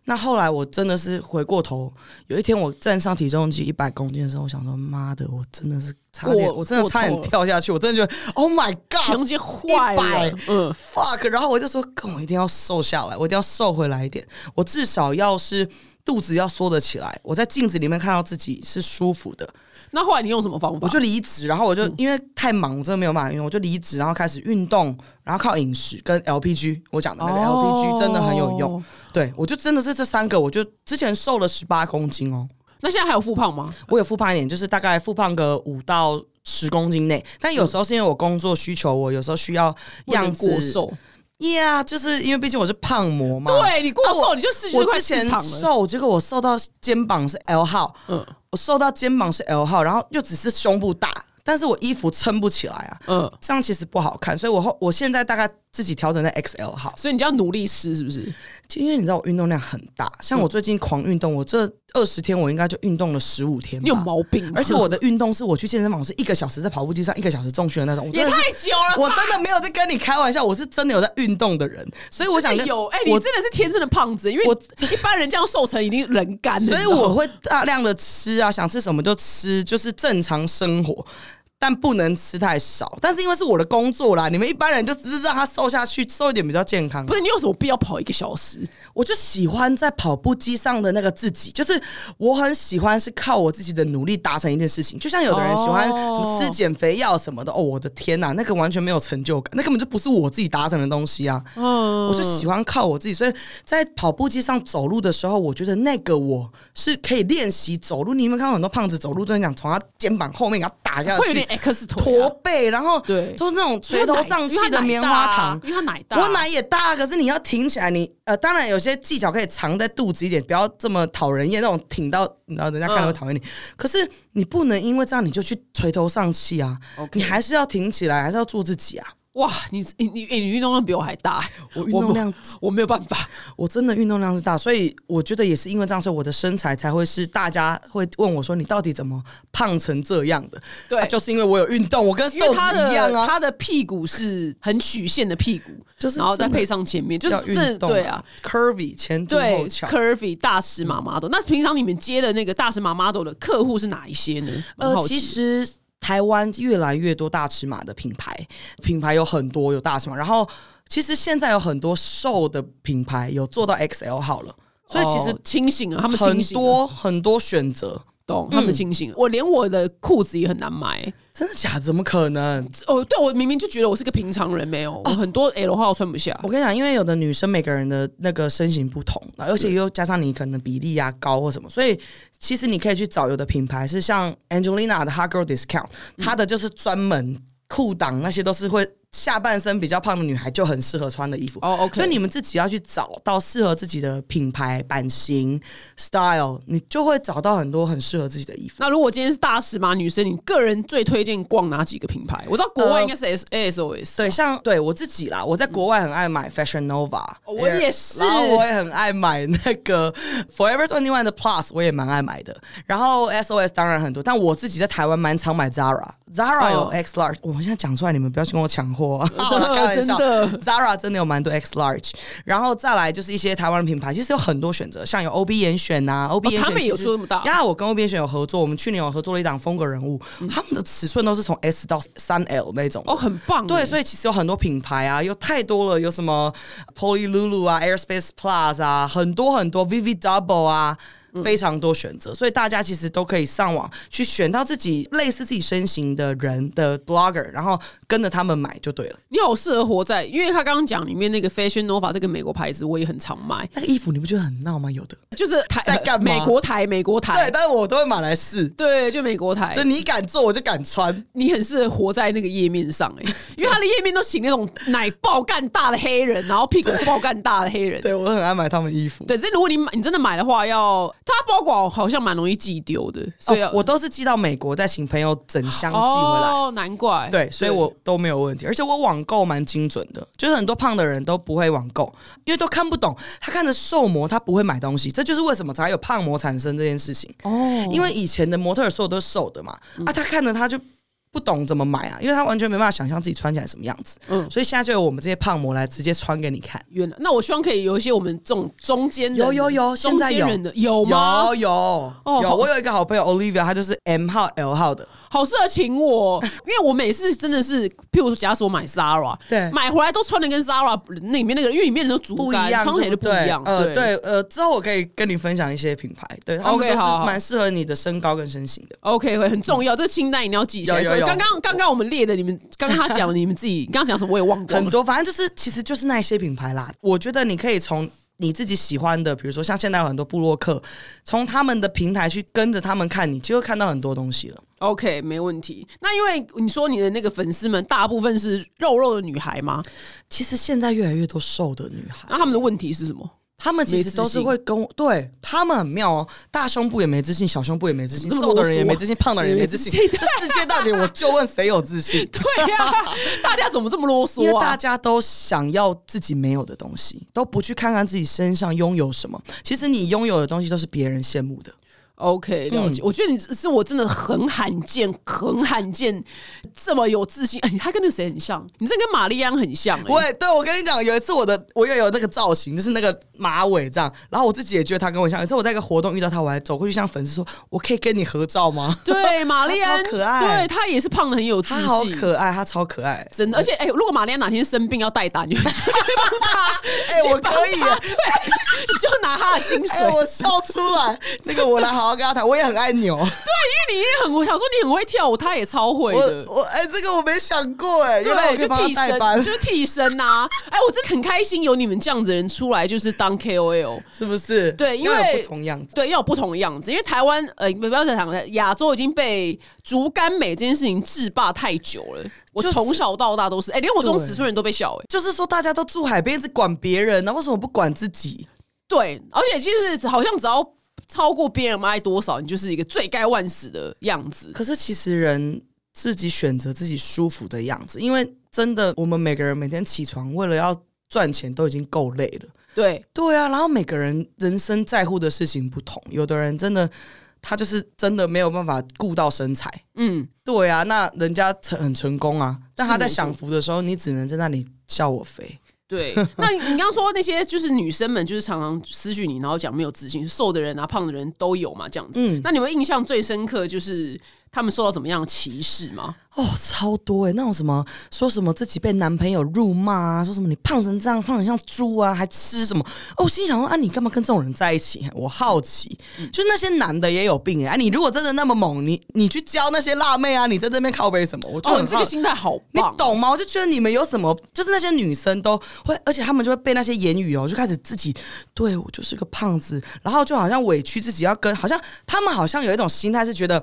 Speaker 2: 那后来我真的是回过头，有一天我站上体重机一百公斤的时候，我想说，妈的，我真的是差点，
Speaker 1: 过
Speaker 2: 我真的差点
Speaker 1: 过头了
Speaker 2: 跳下去，我真的觉得，Oh my
Speaker 1: 体
Speaker 2: God，
Speaker 1: 重机坏了
Speaker 2: 100，
Speaker 1: 嗯，
Speaker 2: fuck，然后我就说，跟我一定要瘦下来，我一定要瘦回来一点，我至少要是肚子要缩得起来，我在镜子里面看到自己是舒服的，
Speaker 1: 那后来你用什么方法？
Speaker 2: 我就离职，然后我就、
Speaker 1: 嗯
Speaker 2: 因为太忙，我真的没有办法运动，我就离职，然后开始运动，然后靠饮食跟 LPG，我讲的那个 LPG 真的很有用，
Speaker 1: 哦。
Speaker 2: 对我就真的是这三个，我就之前瘦了十八公斤哦，
Speaker 1: 那现在还有复胖吗？
Speaker 2: 我有复胖一点，就是大概复胖个五到。十公斤内，但有时候是因为我工作需求，我有时候需要
Speaker 1: 不能
Speaker 2: 样子
Speaker 1: 过瘦，
Speaker 2: 呀，yeah, 就是因为毕竟我是胖模嘛。，
Speaker 1: 对你过
Speaker 2: 啊
Speaker 1: 瘦你就失去
Speaker 2: 我
Speaker 1: 这块
Speaker 2: 之
Speaker 1: 市
Speaker 2: 前
Speaker 1: 场了。
Speaker 2: 瘦，结果我瘦到肩膀是 L 号，
Speaker 1: 嗯
Speaker 2: 我瘦到肩膀是 L 号，然后又只是胸部大，但是我衣服撑不起来啊，
Speaker 1: 嗯，
Speaker 2: 这样其实不好看，所以我后我现在大概自己调整在 XL 号，
Speaker 1: 所以你就要努力吃，是不是？
Speaker 2: 就因为你知道我运动量很大，
Speaker 1: 嗯
Speaker 2: 像我最近狂运动，我这二十天我应该就运动了十五天吧，
Speaker 1: 你有毛病吧。
Speaker 2: 而且我的运动是我去健身房，我是一个小时在跑步机上，一个小时重训的那种，我
Speaker 1: 也
Speaker 2: 真的是
Speaker 1: 太久了吧，
Speaker 2: 我真的没有在跟你开玩笑，我是真的有在运动的人，所以我想
Speaker 1: 真的
Speaker 2: 跟
Speaker 1: 有哎，
Speaker 2: 我
Speaker 1: 你真的是天生的胖子，因为
Speaker 2: 我
Speaker 1: 一般人这样瘦成已经人干了。
Speaker 2: 所以
Speaker 1: 你知道吗
Speaker 2: 我会大量的吃啊，想吃什么就吃，就是正常生活，但不能吃太少。但是因为是我的工作啦，你们一般人就只是让他瘦下去，瘦一点比较健康
Speaker 1: 不。是你有什么必要跑一个小时？
Speaker 2: 我就喜欢在跑步机上的那个自己，就是我很喜欢是靠我自己的努力达成一件事情。就像有的人喜欢什么吃减肥药什么的，哦，我的天呐、那个完全没有成就感，那根本就不是我自己达成的东西啊。
Speaker 1: 嗯，
Speaker 2: 我就喜欢靠我自己，所以在跑步机上走路的时候，我觉得那个我是可以练习走路。你有没有看到很多胖子走路都很想从他肩膀后面给他打下
Speaker 1: 会有
Speaker 2: 去
Speaker 1: 点，X 腿啊
Speaker 2: 驼，背，然后
Speaker 1: 对
Speaker 2: 都是那种垂头丧气的棉花糖。
Speaker 1: 因为他奶大啊，
Speaker 2: 我奶也大，可是你要挺起来，你呃，当然有些技巧可以藏在肚子一点，不要这么讨人厌，那种挺到你知道人家看
Speaker 1: 嗯
Speaker 2: 了会讨厌你。可是你不能因为这样你就去垂头丧气啊
Speaker 1: OK
Speaker 2: 你还是要挺起来，还是要做自己啊。
Speaker 1: 哇，你你你你运动量 <laughs> 比我还大，
Speaker 2: 我运动量
Speaker 1: 我我没有办法，
Speaker 2: 我真的运动量是大，所以我觉得也是因为这样，所以我的身材才会是大家会问我说你到底怎么胖成这样的？
Speaker 1: <laughs> 对
Speaker 2: 啊就是因为我有运动，我跟
Speaker 1: 因为
Speaker 2: 瘦
Speaker 1: 他
Speaker 2: 子
Speaker 1: 的
Speaker 2: 一样啊。
Speaker 1: 他的屁股是很曲线的屁 <laughs> 股，
Speaker 2: 就是
Speaker 1: 然后再
Speaker 2: 真的
Speaker 1: 配上前面，就是
Speaker 2: 要
Speaker 1: 真
Speaker 2: 运
Speaker 1: 的
Speaker 2: 动、
Speaker 1: 对啊。
Speaker 2: ，curvy 前凸
Speaker 1: 对
Speaker 2: 后翘。
Speaker 1: ，curvy 大尺码 model、那平常你们接的那个大尺码 model 的客户是哪一些呢？蛮
Speaker 2: 呃
Speaker 1: 好，奇
Speaker 2: 其
Speaker 1: 的
Speaker 2: 实台湾越来越多大尺码的品牌，品牌有很多有大尺码，然后其实现在有很多瘦的品牌有做到 XL 好了，所以其实
Speaker 1: 哦清醒啊，他们
Speaker 2: 很
Speaker 1: 清醒啊、
Speaker 2: 多、很多选择。
Speaker 1: 懂，他们清醒。我连我的裤子也很难买。
Speaker 2: 真的假的？怎么可能？
Speaker 1: 哦，对我明明就觉得我是个平常人，没有，我很多 L 号穿不下。
Speaker 2: 我跟你讲，因为有的女生每个人的那个身形不同，而且又加上你可能比例啊高或什么，所以其实你可以去找有的品牌是像 Angelina 的 Hot Girl Discount，它
Speaker 1: 嗯
Speaker 2: 的就是专门裤裆那些都是会下半身比较胖的女孩就很适合穿的衣服。
Speaker 1: 哦，OK，
Speaker 2: 所以你们自己要去找到适合自己的品牌、版型、style，你就会找到很多很适合自己的衣服。
Speaker 1: 那如果今天是大尺码女生，你个人最推荐逛哪几个品牌？我知道国
Speaker 2: 呃
Speaker 1: 外应该是 S ASOS，
Speaker 2: 对，像对我自己啦，我在国外很爱买 Fashion Nova，、
Speaker 1: 哦我也是
Speaker 2: 然后我也很爱买那个 Forever Twenty One 的 Plus，我也蛮爱买的。然后 SOS 当然很多，但我自己在台湾蛮常买 Zara，Zara 有
Speaker 1: 哦
Speaker 2: X large，、我现在讲出来，你们不要去跟我抢
Speaker 1: <laughs>
Speaker 2: 货、啊，
Speaker 1: 的
Speaker 2: 好啦开玩笑
Speaker 1: 真的
Speaker 2: Zara 真的有蛮多 X large，然后再来就是一些台湾的品牌，其实有很多选择，像有 OB 严选呐、啊、，OB
Speaker 1: 哦
Speaker 2: 严选、
Speaker 1: 他们也有出这么大
Speaker 2: 呀，我跟 OB 严选有合作，我们去年有合作了一档风格人物，他们的尺寸都是从 S 到三 L 那种。
Speaker 1: 哦，很棒欸。
Speaker 2: 对，所以其实有很多品牌啊，有太多了，有什么 Polylulu 啊、Airspace Plus 啊，很多很多 VV Double 啊。非常多选择，所以大家其实都可以上网去选到自己类似自己身形的人的 blogger，然后跟着他们买就对了。
Speaker 1: 你好适合活在，因为他刚刚讲里面那个 Fashion Nova 这个美国牌子，我也很常买，
Speaker 2: 那个衣服你不觉得很闹吗？有的，
Speaker 1: 就是台
Speaker 2: 在干嘛
Speaker 1: 美国台，美国
Speaker 2: 对，
Speaker 1: 台，
Speaker 2: 但是我都会买来哎试，
Speaker 1: 对，就美国台
Speaker 2: 就。你敢做我就敢穿。
Speaker 1: 你很适合活在那个页面上
Speaker 2: <laughs>
Speaker 1: 哎、欸因为他的页面都请那种奶爆干大的黑人，然后屁股爆干大的黑人。
Speaker 2: 对我很爱买他们衣服。
Speaker 1: 对，这如果你买，你真的买的话要，它包裹好像蛮容易寄丢的，所以要、
Speaker 2: 哦，我都是寄到美国，再请朋友整箱寄回来。
Speaker 1: 哦，难怪。
Speaker 2: 对，所以我都没有问题，而且我网购蛮精准的，就是很多胖的人都不会网购，因为都看不懂，他看着瘦模，他不会买东西，这就是为什么才有胖模产生这件事情，
Speaker 1: 哦，嗯
Speaker 2: 因为以前的模特儿所有都是瘦的嘛，啊，他看着他就不懂怎么买啊，因为他完全没办法想象自己穿起来什么样子。
Speaker 1: 嗯
Speaker 2: 嗯，所以现在就有我们这些胖模来直接穿给你看。
Speaker 1: 原来那我希望可以有一些我们这种中间人的
Speaker 2: 有有有
Speaker 1: 中
Speaker 2: 现在
Speaker 1: 间
Speaker 2: 有
Speaker 1: 人的有吗？哦
Speaker 2: 有有
Speaker 1: 好
Speaker 2: 有，我有一个好朋友 Olivia，她就是 M 号 L 号的，
Speaker 1: 好适合请我
Speaker 2: <laughs>
Speaker 1: 哦，因为我每次真的是，譬如说假使我买 Zara，
Speaker 2: 对
Speaker 1: 买回来都穿的跟 Zara 那里面那个，因为里面的都竹
Speaker 2: 不一
Speaker 1: 竿，
Speaker 2: 样，
Speaker 1: 穿起来
Speaker 2: 对
Speaker 1: 就
Speaker 2: 不
Speaker 1: 不一样。
Speaker 2: 呃，，对，啊呃，之后我可以跟你分享一些品牌，对，他们
Speaker 1: OK，
Speaker 2: 都是
Speaker 1: 好好
Speaker 2: 蛮适合你的身高跟身形的。
Speaker 1: OK，会很重要，这清单一定要记下来。
Speaker 2: 有有有
Speaker 1: 刚刚刚刚我们列的，你们刚刚他讲的，你们自己刚刚
Speaker 2: <laughs>
Speaker 1: 讲什么我也忘光
Speaker 2: 很
Speaker 1: 了。
Speaker 2: 多，反正就是其实就是那一些品牌啦。我觉得你可以从你自己喜欢的，比如说像现在有很多部落客，从他们的平台去跟着他们看，你就会看到很多东西了。
Speaker 1: OK，没问题。那因为你说你的那个粉丝们大部分是肉肉的女孩吗？
Speaker 2: 其实现在越来越多瘦的女 <laughs> 孩，
Speaker 1: 那他们的问题是什
Speaker 2: <laughs>
Speaker 1: 么？
Speaker 2: 她们其实都是会跟我，对她们很妙哦，大胸部也没自信，小胸部也没自信，
Speaker 1: 这么
Speaker 2: <laughs> 瘦的人
Speaker 1: 啰嗦
Speaker 2: 也没自信，胖的人也没自 <laughs> 信。
Speaker 1: 也没自
Speaker 2: 这世界到底，我就问谁有自信？
Speaker 1: 对呀、大家怎么这么啰
Speaker 2: 因为
Speaker 1: 嗦
Speaker 2: 大
Speaker 1: 啊？
Speaker 2: 家都想要自己没有的东西，都不去看看自己身上拥有什么。其实你拥有的东西都是别人羡慕的。
Speaker 1: OK，了
Speaker 2: 嗯
Speaker 1: 解。我觉得你是我真的很罕见，很罕见这么有自信。哎、他跟那谁很像？你这跟玛丽安很像、欸。
Speaker 2: 喂，对我跟你讲，有一次我的我也有那个造型，就是那个马尾这样，然后我自己也觉得他跟我像。有一次我在一个活动遇到他，我还走过去向粉丝说：“我可以跟你合照吗？”
Speaker 1: 对，玛丽安
Speaker 2: 她超可爱
Speaker 1: 对她也是胖的很有自
Speaker 2: <laughs> 他
Speaker 1: 信，
Speaker 2: 好可爱，他超可爱。
Speaker 1: 真的。而且，哎、如果玛丽安哪天生病要代打，你就去
Speaker 2: <laughs>
Speaker 1: 帮她，
Speaker 2: 哎、
Speaker 1: 去
Speaker 2: 我
Speaker 1: 帮
Speaker 2: 可以耶，
Speaker 1: 你就拿她的薪水。
Speaker 2: 哎、我笑出来。这个我来好好跟他谈，我也很爱扭。
Speaker 1: 对，因为你也很，我想说你很会跳舞，她也超会的
Speaker 2: 我。我哎、这个我没想过哎，原来
Speaker 1: 对，
Speaker 2: 我可
Speaker 1: 就
Speaker 2: 以帮
Speaker 1: 替
Speaker 2: 他代班
Speaker 1: 身，，就替身呐、哎、我真的很开心，有你们这样子的人出来，就是当 KOL。
Speaker 2: 是不是？
Speaker 1: 对因
Speaker 2: 因有
Speaker 1: 为
Speaker 2: 不同样子。
Speaker 1: 对，要有不同的样子，因为台湾呃，不要再讲了，亚洲已经被竹竿美这件事情制霸太久了。我
Speaker 2: 就是
Speaker 1: 从小到大都是，哎、连我这种
Speaker 2: 对
Speaker 1: 尺寸人都被笑、哎，
Speaker 2: 就是说，大家都住海边，一直管别人，那为什么不管自己？
Speaker 1: 对，而且其实好像只要超过 BMI 多少，你就是一个罪该万死的样子。
Speaker 2: 可是其实人自己选择自己舒服的样子，因为真的，我们每个人每天起床为了要赚钱都已经够累了。
Speaker 1: 对，
Speaker 2: 对啊，然后每个人人生在乎的事情不同，有的人真的他就是真的没有办法顾到身材。
Speaker 1: 嗯，
Speaker 2: 对啊，那人家成很成功啊，但他在享福的时候，你只能在那里笑我肥。
Speaker 1: 对。 <laughs> 那你刚刚说那些就是女生们，就是常常私讯你，然后讲没有自信，瘦的人啊、胖的人都有嘛，这样子。
Speaker 2: 嗯
Speaker 1: 那你们印象最深刻就是他们受到怎么样的歧视吗？
Speaker 2: 哦，超多哎、那种什么说什么自己被男朋友辱骂啊，说什么你胖成这样，胖成像猪啊，还吃什么？哦，我心里想说啊，你干嘛跟这种人在一起？我好奇，
Speaker 1: 嗯
Speaker 2: 就是那些男的也有病哎、啊，你如果真的那么猛，你你去教那些辣妹啊，你在这边靠背什么？我就
Speaker 1: 哦，
Speaker 2: 很
Speaker 1: 你这
Speaker 2: 好
Speaker 1: 个心态好
Speaker 2: 你
Speaker 1: 棒哦，
Speaker 2: 懂吗？我就觉得你们有什么，就是那些女生都会，而且她们就会被那些言语哦，就开始自己对我就是个胖子，然后就好像委屈自己要跟，好像她们好像有一种心态是觉得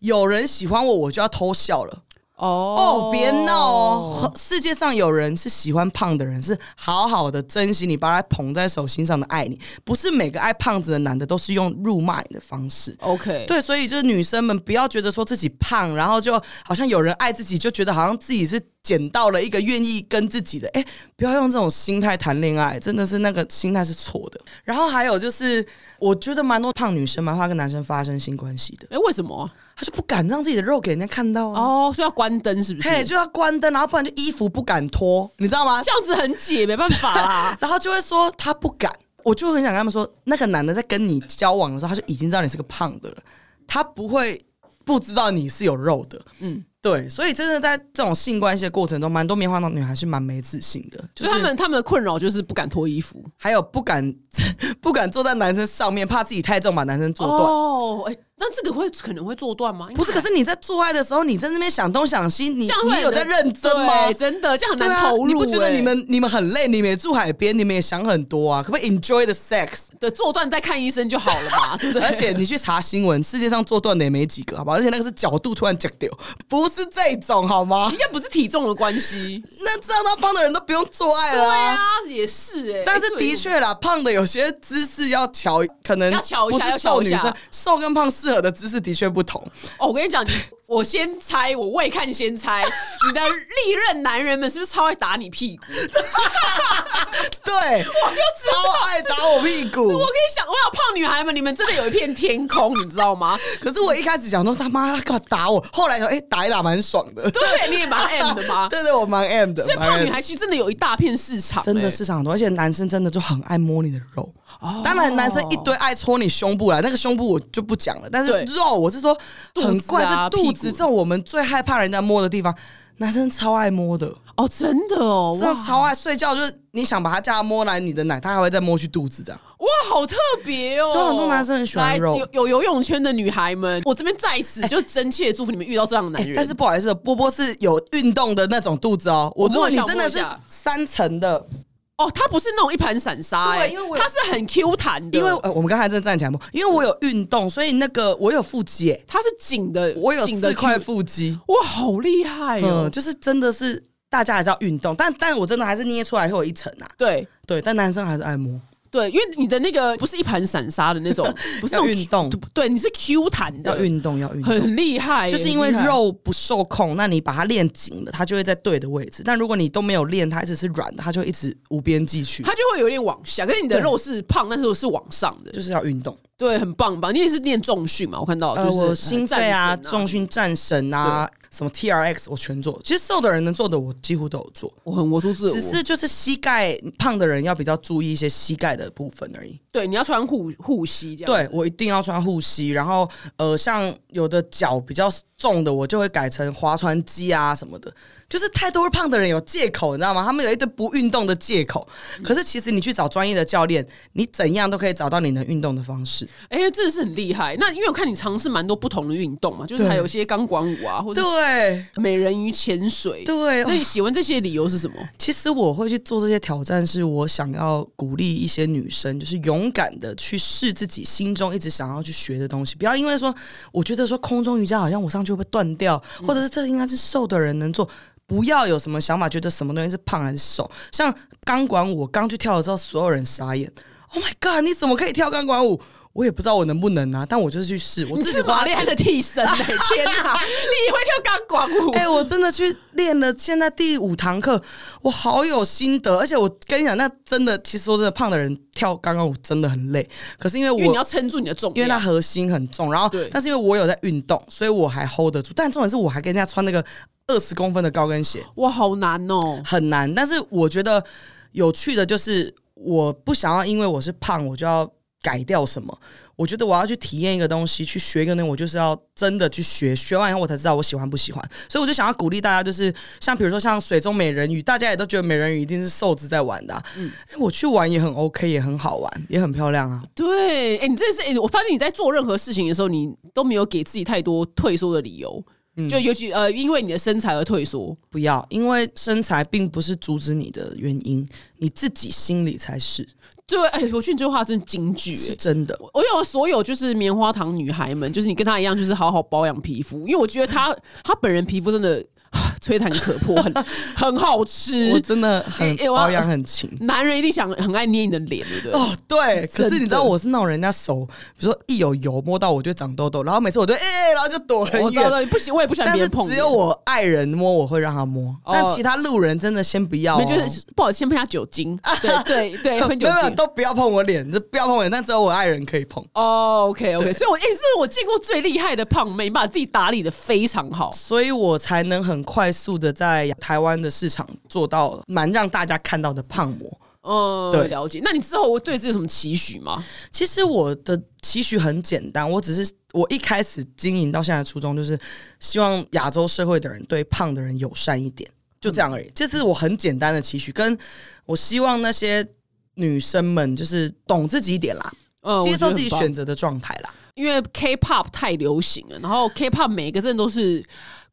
Speaker 2: 有人喜欢我，我就要偷笑了。
Speaker 1: 哦
Speaker 2: 哦，别闹哦！世界上有人是喜欢胖的人，是好好的珍惜你，把他捧在手心上的爱你，不是每个爱胖子的男的都是用辱骂你的方式。
Speaker 1: OK，
Speaker 2: 对，所以就是女生们不要觉得说自己胖，然后就好像有人爱自己，就觉得好像自己是捡到了一个愿意跟自己的。哎，不要用这种心态谈恋爱，真的是那个心态是错的。然后还有就是，我觉得蛮多胖女生蛮怕跟男生发生性关系的，
Speaker 1: 哎、为什么？
Speaker 2: 她就不敢让自己的肉给人家看到啊。
Speaker 1: 哦，所以要关灯是不是？
Speaker 2: 嘿，就要关灯，然后不然就衣服不敢脱，你知道吗。
Speaker 1: 这？样子很解，没办法啊啦 <laughs>
Speaker 2: 然后就会说他不敢，我就很想跟他们说，那个男的在跟你交往的时候，他就已经知道你是个胖的了，他不会不知道你是有肉的，
Speaker 1: 嗯
Speaker 2: 嗯，对，所以真的在这种性关系的过程中，蛮多棉花糖女孩是蛮没自信的，
Speaker 1: 所
Speaker 2: 就
Speaker 1: 以他
Speaker 2: 是
Speaker 1: 们他们的困扰就是不敢脱衣服。
Speaker 2: 还有不敢 <laughs> 不敢坐在男生上面，怕自己太重把男生坐断。
Speaker 1: 哦，哎、那这个会可能会做断吗？
Speaker 2: 不是，可是你在做爱的时候，你在那边想东想西，你
Speaker 1: 这样会
Speaker 2: 你有在
Speaker 1: 很
Speaker 2: 认真吗
Speaker 1: 对？真的，这样很
Speaker 2: 对
Speaker 1: 难
Speaker 2: 啊
Speaker 1: 投入、
Speaker 2: 你不觉得
Speaker 1: 哎
Speaker 2: 你们你们很累？你们也住海边，你们也想很多啊，可不可以 enjoy the sex？
Speaker 1: 对做断再看医生就好了 <laughs> 嘛？对不对？
Speaker 2: 而且你去查新闻，世界上做断的也没几个，好吧？而且那个是角度突然讲掉，不是这种好吗
Speaker 1: 应？该不是体重的关系。
Speaker 2: 那这样他胖的人都不用做
Speaker 1: <laughs>
Speaker 2: 爱
Speaker 1: 对
Speaker 2: 了、
Speaker 1: 啊，也是哎、
Speaker 2: 但
Speaker 1: 哎
Speaker 2: 是
Speaker 1: 对
Speaker 2: 的确啦，胖的有些姿势要瞧，可能
Speaker 1: 要瞧一
Speaker 2: 不
Speaker 1: 下
Speaker 2: 是瘦女
Speaker 1: 要瞧一
Speaker 2: 生
Speaker 1: 下，
Speaker 2: 瘦跟胖适合的姿势的确不同。
Speaker 1: 哦，我跟你讲，你我先猜，我未看先猜，你的历任男人们是不是超爱打你屁股？
Speaker 2: 对，我就超爱打我屁
Speaker 1: <laughs>
Speaker 2: 股
Speaker 1: 我。可以想，我想胖女孩们，你们真的有一片天空，你知道
Speaker 2: <laughs>
Speaker 1: 吗？
Speaker 2: 可是我一开始想说他妈他干嘛打我，后来想哎、打一打蛮爽的。
Speaker 1: 对，你也蛮 M 的嘛。
Speaker 2: <laughs> 对对，我蛮 M 的，
Speaker 1: 所以
Speaker 2: 蛮
Speaker 1: 胖
Speaker 2: M
Speaker 1: 女孩其实真的有一大片市场、
Speaker 2: 真的
Speaker 1: 欸
Speaker 2: 市场很多，而且男生真的就很爱摸你的肉。
Speaker 1: 哦
Speaker 2: 当然，男生一堆爱戳你胸部啦，那个胸部我就不讲了。但是
Speaker 1: 对
Speaker 2: 肉，我是说很怪，
Speaker 1: 肚子啊
Speaker 2: 是肚
Speaker 1: 屁
Speaker 2: 子
Speaker 1: 股
Speaker 2: 这种我们最害怕人家摸的地方，男生超爱摸的，
Speaker 1: 哦，真的哦，
Speaker 2: 真
Speaker 1: 哇
Speaker 2: 的超爱。睡觉就是你想把他叫他摸来你的奶，他还会再摸去肚子这样。
Speaker 1: 哇，好特别哦！
Speaker 2: 对啊很多男生很喜欢
Speaker 1: 来
Speaker 2: 肉
Speaker 1: 有有游泳圈的女孩们，我这边在此就真切祝福你们遇到这样的男
Speaker 2: 哎
Speaker 1: 人。
Speaker 2: 但是不好意思，波波是有运动的那种肚子哦。我
Speaker 1: 我
Speaker 2: 如果你
Speaker 1: 摸一下
Speaker 2: 真的
Speaker 1: 摸
Speaker 2: 是
Speaker 1: 一下
Speaker 2: 三层的，
Speaker 1: 哦，它不是那种一盘散沙、欸，
Speaker 2: 对啊因为我有
Speaker 1: 它是很 Q 弹的，
Speaker 2: 因为呃我们刚才真的站起来摸，因为我有运动，所以那个我有腹肌、哎
Speaker 1: 它是紧的，
Speaker 2: 我有
Speaker 1: 紧
Speaker 2: 四
Speaker 1: 的
Speaker 2: 块
Speaker 1: Q
Speaker 2: 腹肌。
Speaker 1: 哇，好厉害哦！
Speaker 2: 嗯，就是真的是大家还是要运动，但但我真的还是捏出来会有一层啊。
Speaker 1: 对
Speaker 2: 对，但男生还是爱摸，
Speaker 1: 对，因为你的那个不是一盘散沙的那
Speaker 2: <laughs>
Speaker 1: 种，不是那
Speaker 2: 要
Speaker 1: 种
Speaker 2: 运动，
Speaker 1: 对，你是 Q 弹的，
Speaker 2: 要运动，要运
Speaker 1: 很
Speaker 2: 动。
Speaker 1: 很厉害欸、
Speaker 2: 就是因为
Speaker 1: 很厉害
Speaker 2: 肉不受控，那你把它练紧了，它就会在对的位置。但如果你都没有练，它一直是软的，它就一直无边际去。
Speaker 1: 它就会有点往下，可是你的
Speaker 2: 对
Speaker 1: 肉是胖，但是是往上的，
Speaker 2: 就是要运动，
Speaker 1: 对，很棒吧？你也是练重训嘛？我看到
Speaker 2: 呃，
Speaker 1: 哦就是
Speaker 2: 我心
Speaker 1: 战
Speaker 2: 肺啊、
Speaker 1: 神
Speaker 2: 重训、战神啊、什么 T R X，我全做。其实瘦的人能做的，我几乎都有做，
Speaker 1: 我很我出自我，
Speaker 2: 只是就是膝盖胖的人要比较注意一些膝盖的部分而已。
Speaker 1: 对你要穿护护膝这样。
Speaker 2: 对，我一定要穿护膝，然后呃，像有的脚比较重的，我就会改成划船机啊什么的。就是太多胖的人有借口，你知道吗？他们有一堆不运动的借口。
Speaker 1: 嗯
Speaker 2: 可是其实你去找专业的教练，你怎样都可以找到你能运动的方式。
Speaker 1: 哎、真的是很厉害。那因为我看你尝试蛮多不同的运动嘛，就是
Speaker 2: 对
Speaker 1: 还有一些钢管舞啊，或者
Speaker 2: 对
Speaker 1: 美人鱼潜水。
Speaker 2: 对，
Speaker 1: 那你喜欢这些理由是什么？
Speaker 2: 其实我会去做这些挑战，是我想要鼓励一些女生，就是勇敢的去试自己心中一直想要去学的东西。不要因为说，我觉得说空中瑜伽好像我上去会被断掉，
Speaker 1: 嗯
Speaker 2: 或者是这应该是瘦的人能做。不要有什么想法，觉得什么东西是胖还是瘦。像钢管舞，我刚去跳的时候，所有人傻眼。Oh my god！你怎么可以跳钢管舞？我也不知道我能不能啊，但我就是去试，我
Speaker 1: 你
Speaker 2: 自己
Speaker 1: 是玛
Speaker 2: 花
Speaker 1: 丽
Speaker 2: 钱
Speaker 1: 安的替身
Speaker 2: <laughs>
Speaker 1: 哎、天哪，你也会跳钢管舞？
Speaker 2: 哎、我真的去练了，现在第五堂课，我好有心得。而且我跟你讲，那真的，其实说真的，胖的人跳钢管舞真的很累。可是因为我
Speaker 1: 因为你要撑住你的重
Speaker 2: 因为它
Speaker 1: 量。
Speaker 2: 核心很重，然后
Speaker 1: 对
Speaker 2: 但是因为我有在运动，所以我还 hold 得住。但重点是我还跟人家穿那个二十公分的高跟鞋，
Speaker 1: 哇，好难哦！
Speaker 2: 很难。但是我觉得有趣的就是，我不想要因为我是胖，我就要改掉什么。我觉得我要去体验一个东西，去学一个东西，我就是要真的去学，学完以后我才知道我喜欢不喜欢。所以我就想要鼓励大家，就是像比如说像水中美人鱼，大家也都觉得美人鱼一定是瘦子在玩的、啊，诶我去玩也很 OK，也很好玩，也很漂亮啊。
Speaker 1: 对，哎、你真的是、哎，我发现你在做任何事情的时候，你都没有给自己太多退缩的理由，
Speaker 2: 嗯
Speaker 1: 就尤其呃，因为你的身材而退缩。
Speaker 2: 不要，因为身材并不是阻止你的原因，你自己心里才是，
Speaker 1: 对，哎、我觉得你这句话真的金句、哎
Speaker 2: 是真的。
Speaker 1: 我有所有就是棉花糖女孩们，就是你跟她一样，就是好好保养皮肤，因为我觉得她她本人皮肤真的啊吹弹可破，很很好
Speaker 2: 我
Speaker 1: 吃。
Speaker 2: 真的很
Speaker 1: 哎哎我要
Speaker 2: 保养很勤。
Speaker 1: 男人一定想很爱捏你的脸，对不对？
Speaker 2: 哦，对，可
Speaker 1: 真
Speaker 2: 是
Speaker 1: 的
Speaker 2: 你知道我是那种人家手，比如说一有油摸到我就长痘痘，然后每次我就哎、然后就躲很
Speaker 1: 我知道，知
Speaker 2: 远。
Speaker 1: 道不行，我也不喜欢
Speaker 2: 但
Speaker 1: 别
Speaker 2: 是
Speaker 1: 人碰。
Speaker 2: 只有，我爱人摸我会让他摸，
Speaker 1: 哦
Speaker 2: 但其他路人真的先不要、哦。
Speaker 1: 那就是哎不好意思，先喷一下酒精，对对对，
Speaker 2: 就
Speaker 1: 喷
Speaker 2: <laughs> 没
Speaker 1: 酒
Speaker 2: 有没有
Speaker 1: 精。
Speaker 2: 都不要碰我脸，就不要碰我脸，但只有我爱人可以碰。
Speaker 1: 哦、o k OK，所以我哎、是我见过最厉害的胖妹，你把自己打理的非常好。
Speaker 2: 所以我才能很快速的在台湾的市场做到蛮让大家看到的胖模。
Speaker 1: 嗯，
Speaker 2: 对
Speaker 1: 了解。那你之后会对自己有什么期许吗？
Speaker 2: 其实我的期许很简单，我只是我一开始经营到现在的初衷就是希望亚洲社会的人对胖的人友善一点，就这样而已。这是我很简单的期许，跟我希望那些女生们就是懂自己一点啦，
Speaker 1: 嗯，
Speaker 2: 接受
Speaker 1: 我觉得很
Speaker 2: 自己
Speaker 1: 棒
Speaker 2: 选择的状态啦。
Speaker 1: 因为 K-pop 太流行了，然后 K-pop 每个真的都是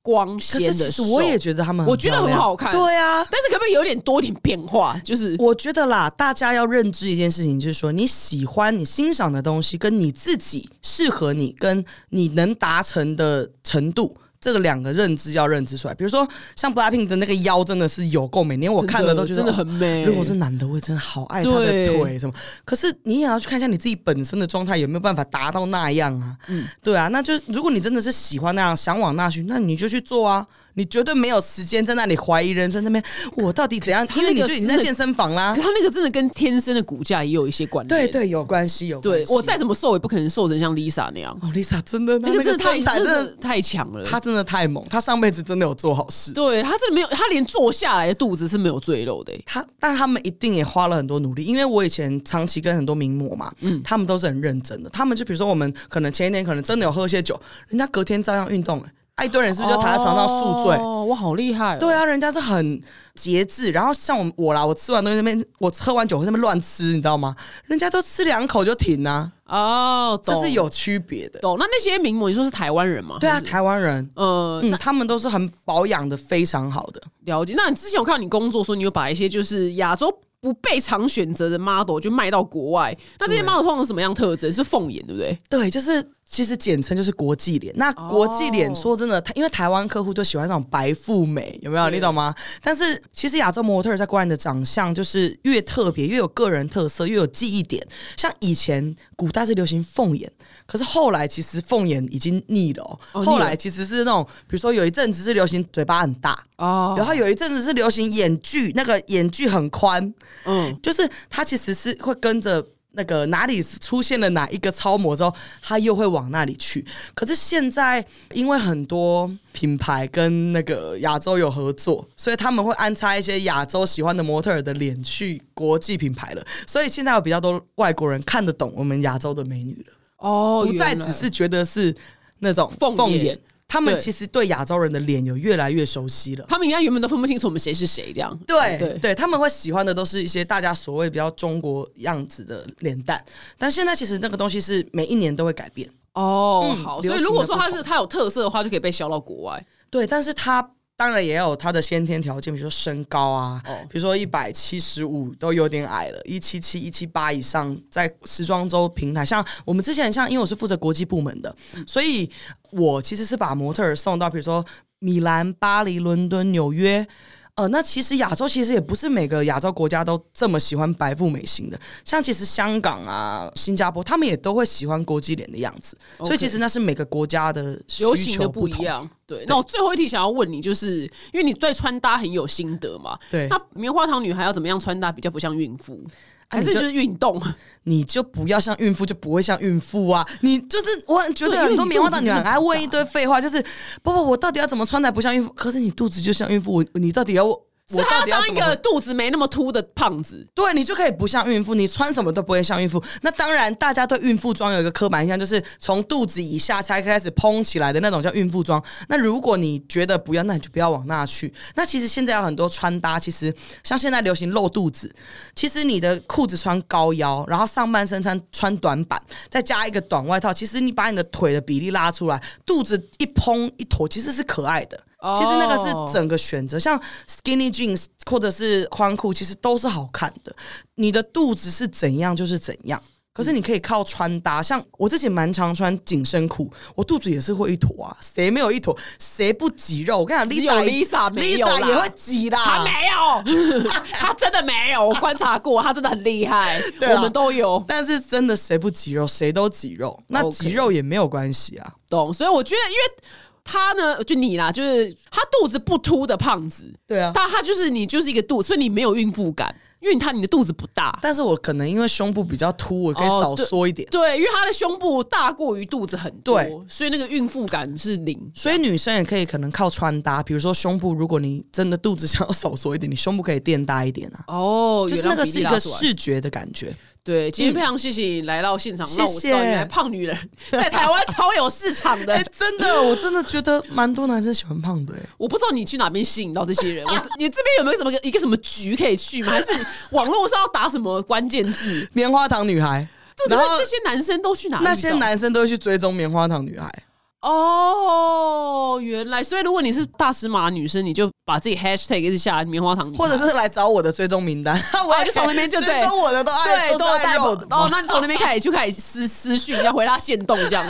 Speaker 1: 光
Speaker 2: 可
Speaker 1: 鲜
Speaker 2: 是
Speaker 1: 的
Speaker 2: 其实
Speaker 1: 瘦
Speaker 2: 我也，觉得他们
Speaker 1: 我觉得很
Speaker 2: 漂亮
Speaker 1: 好看
Speaker 2: 对啊。
Speaker 1: 但是可不可以有点多一点变化？就是
Speaker 2: 我觉得啦，大家要认知一件事情，就是说你喜欢、你欣赏的东西，跟你自己适合你、跟你能达成的程度，这个两个认知要认知出来。比如说像 Blackpink 的那个腰真的是有够美，连我看了都觉得
Speaker 1: 真的
Speaker 2: 哦
Speaker 1: 很美。
Speaker 2: 如果是男的，我也真的好爱他的
Speaker 1: 对
Speaker 2: 腿什么。可是你也要去看一下你自己本身的状态有没有办法达到那样啊？
Speaker 1: 嗯
Speaker 2: 对啊，那就如果你真的是喜欢那样，想往那去，那你就去做啊。你绝对没有时间在那里怀疑人生那边我到底怎样，
Speaker 1: 可是他
Speaker 2: 因为
Speaker 1: 那
Speaker 2: 你
Speaker 1: 个
Speaker 2: 就已经在
Speaker 1: 真的
Speaker 2: 健身房啦
Speaker 1: 可。他那个真的跟天生的骨架也有一些关联。
Speaker 2: 对对，有关系，有关
Speaker 1: 对，
Speaker 2: 系。
Speaker 1: 我再怎么瘦也不可能瘦成像 Lisa 那样，
Speaker 2: 哦，Lisa 真的，她
Speaker 1: 那个真的
Speaker 2: 那个
Speaker 1: 太
Speaker 2: 身材
Speaker 1: 那
Speaker 2: 真
Speaker 1: 个
Speaker 2: 的，
Speaker 1: 太强了。
Speaker 2: 她真的太猛，她上辈子真的有做好事。
Speaker 1: 对他真的没有，他连坐下来的肚子是没有赘肉的欸、
Speaker 2: 他，但他们一定也花了很多努力，因为我以前长期跟很多名模嘛，
Speaker 1: 嗯
Speaker 2: 他们都是很认真的。他们就比如说，我们可能前一天可能真的有喝些酒，人家隔天照样运动、欸，啊一堆人是不是就躺在床上宿醉？
Speaker 1: 哦，我好厉害、哦。
Speaker 2: 对啊，人家是很节制。然后像我们我啦，我吃完东西那边，我喝完酒会那边乱吃，你知道吗？人家都吃两口就停啊，
Speaker 1: 哦，
Speaker 2: 这
Speaker 1: 懂
Speaker 2: 是有区别的。
Speaker 1: 懂。那那些名模，你说是台湾人吗？
Speaker 2: 对啊，
Speaker 1: 还是
Speaker 2: 台湾人，
Speaker 1: 呃，
Speaker 2: 嗯，他们都是很保养的非常好的。
Speaker 1: 了解。那你之前我看到你工作说，你有把一些就是亚洲不被常选择的 model 就卖到国外。那这些 model 通常是什么样特征？是凤眼，对不对？
Speaker 2: 对，就是其实简称就是国际脸。那国际脸
Speaker 1: 哦
Speaker 2: 说真的，它因为台湾客户就喜欢那种白富美，有没有？
Speaker 1: 对
Speaker 2: 你懂吗？但是其实亚洲模特儿在国外的长相就是越特别，越有个人特色，越有记忆点。像以前古代是流行凤眼，可是后来其实凤眼已经腻了、哦。
Speaker 1: 哦腻了
Speaker 2: 后来其实是那种，比如说有一阵子是流行嘴巴很大，
Speaker 1: 哦
Speaker 2: 然后有一阵子是流行眼距，那个眼距很宽，
Speaker 1: 嗯，
Speaker 2: 就是它其实是会跟着那个哪里出现了哪一个超模之后，它又会往那里去。可是现在因为很多品牌跟那个亚洲有合作，所以他们会安插一些亚洲喜欢的模特儿的脸去国际品牌了，所以现在有比较多外国人看得懂我们亚洲的美女了，
Speaker 1: 哦，
Speaker 2: 不再
Speaker 1: 原来
Speaker 2: 只是觉得是那种
Speaker 1: 凤
Speaker 2: 凤
Speaker 1: 眼
Speaker 2: 眼。他们
Speaker 1: 对
Speaker 2: 其实对亚洲人的脸有越来越熟悉了。
Speaker 1: 他们应该原本都分不清楚我们谁是谁这样。
Speaker 2: 对
Speaker 1: 对
Speaker 2: 他们会喜欢的都是一些大家所谓比较中国样子的脸蛋，但现在其实那个东西是每一年都会改变。
Speaker 1: 哦，
Speaker 2: 嗯
Speaker 1: 好，
Speaker 2: 流
Speaker 1: 所以
Speaker 2: 行
Speaker 1: 如果
Speaker 2: 的
Speaker 1: 说
Speaker 2: 不
Speaker 1: 它是它有特色的话，就可以被销到国外。
Speaker 2: 对，但是它当然也有它的先天条件，比如说身高啊，
Speaker 1: 哦
Speaker 2: 比如说一百七十五都有点矮了，一七七、一七八以上，在时装周平台，像我们之前像因为我是负责国际部门的，
Speaker 1: 嗯
Speaker 2: 所以我其实是把模特儿送到比如说米兰、巴黎、伦敦、纽约。呃，那其实亚洲其实也不是每个亚洲国家都这么喜欢白富美型的，像其实香港啊、新加坡，他们也都会喜欢国际脸的样子所以
Speaker 1: OK
Speaker 2: 其实那是每个国家的需
Speaker 1: 流行
Speaker 2: 求
Speaker 1: 的不一
Speaker 2: 同。
Speaker 1: 样。对，那我最后一题想要问你，就是因为你对穿搭很有心得嘛？
Speaker 2: 对
Speaker 1: 那棉花糖女孩要怎么样穿搭比较不像孕妇？还是
Speaker 2: 啊你
Speaker 1: 就
Speaker 2: 就是
Speaker 1: 运动？
Speaker 2: 你就不要像孕妇，就不会像孕妇啊！你就是我很觉得
Speaker 1: 对因为
Speaker 2: 很多
Speaker 1: 你
Speaker 2: 棉花
Speaker 1: 肚
Speaker 2: 糖
Speaker 1: 子
Speaker 2: 女
Speaker 1: 真的
Speaker 2: 孩
Speaker 1: 不
Speaker 2: 还问一
Speaker 1: 大
Speaker 2: 堆废话，就是不不，我到底要怎么穿才不像孕妇？可是你肚子就像孕妇，我你到底要我
Speaker 1: <laughs> 所以她要
Speaker 2: 到底要
Speaker 1: 当一
Speaker 2: 怎么
Speaker 1: 个
Speaker 2: 活？
Speaker 1: 肚子没那么凸的胖子。
Speaker 2: 对你就可以不像孕妇，你穿什么都不会像孕妇。那当然，大家对孕妇装有一个刻板印象，就是从肚子以下才开始蓬起来的那种叫孕妇装。那如果你觉得不要，那你就不要往那去。那其实现在有很多穿搭，其实像现在流行露肚子，其实你的裤子穿高腰，然后上半身穿穿短版，再加一个短外套，其实你把你的腿的比例拉出来，肚子一蓬一坨，其实是可爱的。
Speaker 1: 哦
Speaker 2: 其实那个是整个选择，像 skinny jeans 或者是宽裤，其实都是好看的。你的肚子是怎样就是怎样，可是你可以靠穿搭。像我自己蛮常穿紧身裤，我肚子也是会一坨啊，谁没有一坨？谁不挤肉？我跟你讲
Speaker 1: 只有
Speaker 2: ，Lisa
Speaker 1: Lisa 没有
Speaker 2: Lisa 也
Speaker 1: 啦
Speaker 2: 会挤啦，
Speaker 1: 她没有， <laughs> 她真的没有，我观察过，她真的很厉害。
Speaker 2: <laughs> 对啊啦
Speaker 1: 我们都有
Speaker 2: 但是真的谁不挤肉，谁都挤肉，那
Speaker 1: OK
Speaker 2: 挤肉也没有关系啊。
Speaker 1: 懂，所以我觉得，因为她呢，就你啦，就是她肚子不凸的胖子，
Speaker 2: 对啊
Speaker 1: 但她就是你就是一个肚，所以你没有孕妇感，因为你她你的肚子不大。
Speaker 2: 但是我可能因为胸部比较凸，我可以
Speaker 1: 哦
Speaker 2: 少
Speaker 1: 对
Speaker 2: 缩一点。
Speaker 1: 对，因为她的胸部大过于肚子很多
Speaker 2: 对，
Speaker 1: 所以那个孕妇感是零。
Speaker 2: 所以女生也可以可能靠穿搭，比如说胸部，如果你真的肚子想要少缩一点，你胸部可以垫大一点啊，
Speaker 1: 哦，
Speaker 2: 就是
Speaker 1: 原来
Speaker 2: 那个
Speaker 1: 比
Speaker 2: 是
Speaker 1: 例
Speaker 2: 一
Speaker 1: 拉
Speaker 2: 个
Speaker 1: 出来
Speaker 2: 视觉的感觉。
Speaker 1: 对，今天非常谢嗯谢你来到现场，
Speaker 2: 谢
Speaker 1: 让我知道
Speaker 2: 谢
Speaker 1: 原来胖女人在台湾超有市场 <laughs>
Speaker 2: 哎、
Speaker 1: 的。
Speaker 2: 真的，我真的觉得蛮多男生喜欢胖
Speaker 1: <laughs>
Speaker 2: 的、哎
Speaker 1: 我不知道你去哪边吸引到这 <laughs> 些人，我这你这边有没有什么一个什么局可以去吗？还 <laughs> 是网络上要打什么关键字？
Speaker 2: 棉花糖女孩，
Speaker 1: 对，
Speaker 2: 然
Speaker 1: 可
Speaker 2: 后
Speaker 1: 是这些男生都去哪里找？
Speaker 2: 那些男生都会去追踪棉花糖女
Speaker 1: 啊
Speaker 2: 孩。
Speaker 1: 哦，原来所以如果你是大尺码的女生，你就把自己 hashtag 一直下来棉花糖女孩，哦
Speaker 2: 或者是来找我的追踪名单，我也
Speaker 1: 就从那 <laughs> 边就对
Speaker 2: 追踪我的都爱
Speaker 1: 对，
Speaker 2: 都
Speaker 1: 有
Speaker 2: 是爱
Speaker 1: 带
Speaker 2: 肉
Speaker 1: 跑
Speaker 2: 的嘛，
Speaker 1: 哦，那你从那边开始就开始私私讯，要回他线动这样。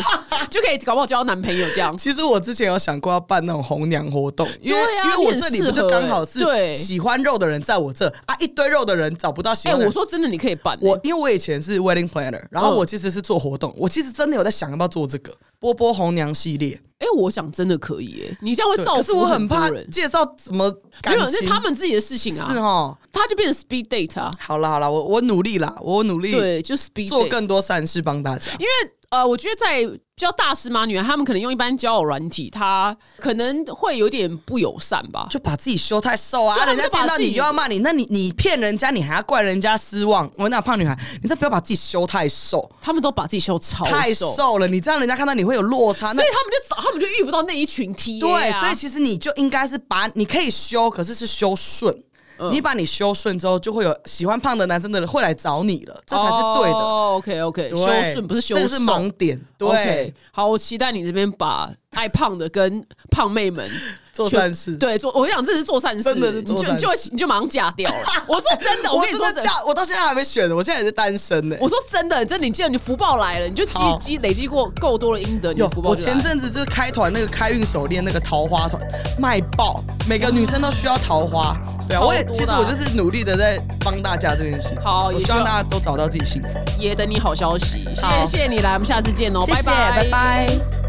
Speaker 1: 就可以搞不好交男朋友这样。
Speaker 2: 其实我之前有想过要办那种红娘活动，因为、
Speaker 1: 对啊
Speaker 2: 因为我这里不就刚好
Speaker 1: 你很适合欸对
Speaker 2: 是喜欢肉的人在我这啊，一堆肉的人找不到喜
Speaker 1: 哎、
Speaker 2: 欢的
Speaker 1: 我
Speaker 2: 人。
Speaker 1: 说真的，你可以办、欸。
Speaker 2: 我因为我以前是 wedding planner，然后
Speaker 1: 嗯
Speaker 2: 我其实是做活动，我其实真的有在想要不要做这个波波红娘系列，
Speaker 1: 哎、我想真的可以、欸。你这样会
Speaker 2: 对
Speaker 1: 造
Speaker 2: 可是
Speaker 1: 福
Speaker 2: 我很
Speaker 1: 多
Speaker 2: 怕
Speaker 1: 人。
Speaker 2: 介绍怎么
Speaker 1: 没
Speaker 2: 感
Speaker 1: 有，
Speaker 2: 情，
Speaker 1: 是他们自己的事情
Speaker 2: 是
Speaker 1: 啊，
Speaker 2: 哦。
Speaker 1: 他就变成 speed date 啊，
Speaker 2: 好啦好啦，我我努力啦，我努力
Speaker 1: 对，就 speed
Speaker 2: 做
Speaker 1: date。
Speaker 2: 更多善事帮大家。
Speaker 1: 因为呃，我觉得在比较大尺码女孩，她们可能用一般交友软体，她可能会有点不友善吧。
Speaker 2: 就把自己修太瘦啊！
Speaker 1: 对
Speaker 2: 啊
Speaker 1: 他们
Speaker 2: 人家
Speaker 1: 就把
Speaker 2: 见到
Speaker 1: 自己
Speaker 2: 你又要骂你，那你你骗人家，你还要怪人家失望。我那胖女孩，你再不要把自己修太瘦，
Speaker 1: 她们都把自己修超
Speaker 2: 太
Speaker 1: 瘦，
Speaker 2: 瘦了，你这样人家看到你会有落差。那
Speaker 1: 所以她们就找，她们就遇不到那一群 T、啊
Speaker 2: 对，所以其实你就应该是把你可以修，可是是修顺。
Speaker 1: 嗯
Speaker 2: 你把你修顺之后，就会有喜欢胖的男生的人会来找你了，这才是对的。
Speaker 1: 哦、OK OK，
Speaker 2: 对
Speaker 1: 修顺不是修
Speaker 2: 这
Speaker 1: 瘦，
Speaker 2: 个是盲点。对
Speaker 1: OK，，好，我期待你这边把爱胖的跟胖妹们
Speaker 2: <laughs> 做
Speaker 1: 全
Speaker 2: 善事
Speaker 1: 对，做我想这是做善事，
Speaker 2: 真的是做
Speaker 1: 你就
Speaker 2: 善
Speaker 1: 你就会
Speaker 2: 事
Speaker 1: 你就马上嫁掉了。
Speaker 2: <laughs>
Speaker 1: 我说真的，我
Speaker 2: 我
Speaker 1: 跟你
Speaker 2: 真
Speaker 1: 说
Speaker 2: 的
Speaker 1: 真的。
Speaker 2: 嫁，我到现在还没选，我现在也是单身呢。
Speaker 1: 我说真的，真的，你既然你福报来了，你就积
Speaker 2: 好
Speaker 1: 积累积过够多的阴德，你的
Speaker 2: 有
Speaker 1: 福，报
Speaker 2: 我
Speaker 1: 就来
Speaker 2: 前
Speaker 1: 了。
Speaker 2: 阵子就是开团那个开运手链那个桃花团卖爆，每个女生都需要桃花。对啊，
Speaker 1: 超
Speaker 2: 我也
Speaker 1: 多的
Speaker 2: 其实我就是努力的在帮大家这件事情。
Speaker 1: 好也
Speaker 2: 我
Speaker 1: 希
Speaker 2: 希
Speaker 1: 望
Speaker 2: 望大家都找到自己幸福。
Speaker 1: 也等你好消息，谢
Speaker 2: 好
Speaker 1: 谢谢谢你来，我们下次见哦，
Speaker 2: 谢谢，
Speaker 1: 拜
Speaker 2: 拜拜